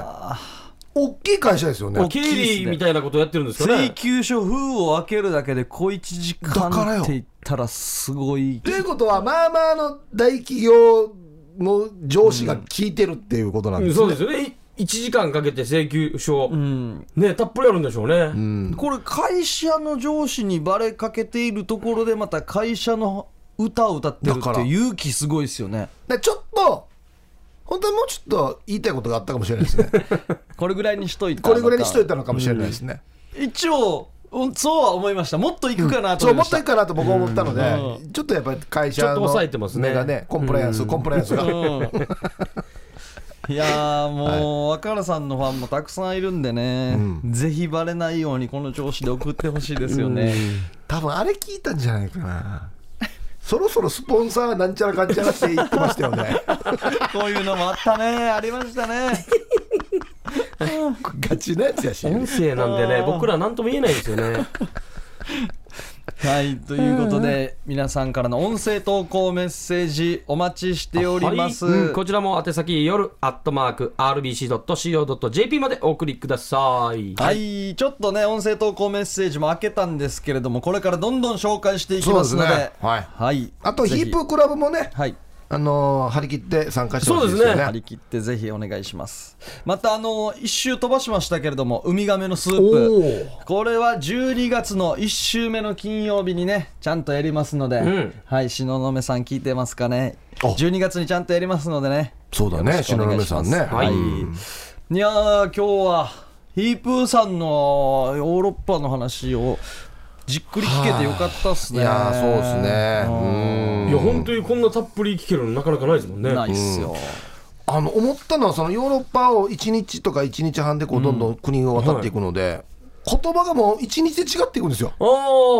S3: 大きい会社ですよね
S2: 経理みたいなことやってるんですか
S1: 請
S2: ね
S1: 求書封を開けるだけで小一時間
S3: だからよ
S1: って言ったらすごい
S3: ということはまあまあの大企業の上司が聞いてるっていうことなん
S2: う
S3: で
S2: ん
S3: すね、
S2: そうですよね1時間かけて請求書
S1: うん
S2: ねたっぷりあるんでしょうね
S1: これ会社の上司にバレかけているところでまた会社の歌を歌ってる
S3: だ
S1: っ
S3: か
S1: て
S3: ら
S1: 勇気すごいですよね
S3: でちょっと本当はもうちょっと言いたいことがあったかもしれないです
S2: <laughs>
S3: ね
S1: これぐらいにしといた
S3: これぐらいにしとい
S1: た
S3: たのかもしれないですね、
S1: 一応うんそうは思いましたもっといくかなと
S3: そう
S1: 思いま
S3: もっ
S1: し
S3: と
S1: た、
S3: いいかなと僕は思ったので、
S1: う
S3: ちょっとやっぱり会社
S2: ちょっと抑えてま
S3: の
S2: すね
S3: 目がねコンプライアンス、コンプライアンスが、
S1: うん
S3: <laughs>
S1: いやーもう、若菜さんのファンもたくさんいるんでね、ぜひバレないようにこの調子で送ってほしいですよね、
S3: 多分あれ聞いたんじゃないかなそろそろスポンサーなんちゃらかんちゃらって言ってましたよね <laughs>
S1: こういうのもあったねありましたね
S3: ガチなやつやし
S2: 音声なんでね僕ら何とも言えないですよね
S1: はい、ということで、皆さんからの音声投稿メッセージお待ちしております。
S2: はいうんこちらも宛先夜アットマーク RBC.CO.JP までお送りください
S1: はい、ちょっとね、音声投稿メッセージも開けたんですけれども、これからどんどん紹介していきますので、
S3: そうですねはいあと
S1: ぜ
S3: ヒ
S1: ひ
S3: ープークラブもね、
S1: はい、
S3: あのー張り切って参加してほしいですよ
S2: そうです
S3: ね
S2: ね
S1: 張り切ってぜひお願いします。また、あの、一周飛ばしましたけれども、ウミガメのスープ、これは12月の1週目の金曜日にね、ちゃんとやりますので、
S2: ん
S1: はい、東雲さん聞いてますかね。
S3: あ
S1: 12月にちゃんとやりますのでね。
S3: そうだね
S1: よ
S3: 篠
S1: ろ
S3: 宮
S1: しくお
S3: さ
S1: 願いし
S3: んね
S1: ますはい。いやー、今日は、ヒープーさんのヨーロッパの話をじっくり聞けてよかったっす
S3: い
S1: ね。
S3: やーそうですねうん
S2: いや本当にこんなたっぷり聞けるのなかなかないですもんね
S1: ないっすよ。
S3: あの思ったのはそのヨーロッパを1日とか1日半でこうどんどん国を渡っていくので、言葉がもう1日で違っていくんですよ
S2: あ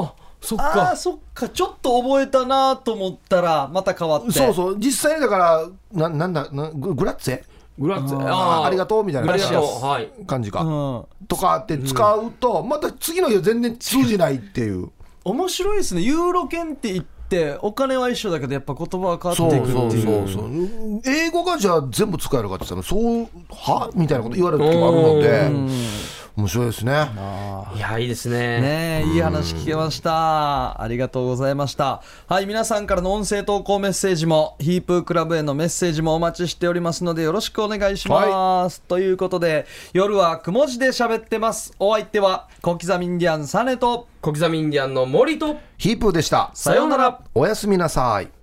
S2: あそっ
S1: ああ、
S2: か
S1: そっか、ちょっと覚えたなと思ったら、また変わって。
S3: そうそう実際にだからななんだなググラッツェ
S2: グラッツェ
S3: あ
S2: あ
S3: ありが
S2: う
S3: とうみたい
S2: グ
S3: な
S2: ラシアス
S1: グラシアス
S2: はい
S3: 感じか、
S1: うん。
S3: とかって使うと、また次の日は全然通じないっていう
S1: 面白いですね。ユーロ圏って言って、お金は一緒だけど、やっぱ言葉は変
S3: そ
S1: わ
S3: う
S1: っていくっていう。
S3: そうそうそう英語がじゃあ全部使えるかって言ったらそうはみたいなこと言われる時もあるので面白いですね。
S2: いや、いいですね。
S1: ねえ、いい話聞けました。ありがとうございました。はい、皆さんからの音声投稿メッセージも、ヒープークラブへのメッセージもお待ちしておりますので、よろしくお願いします。ということで、夜はくも字で喋ってます。お相手は、小刻みインディアンサネと、
S2: 小刻みインディアンの森と、
S3: ヒープーでした。
S1: さようなら。
S3: おやすみなさい。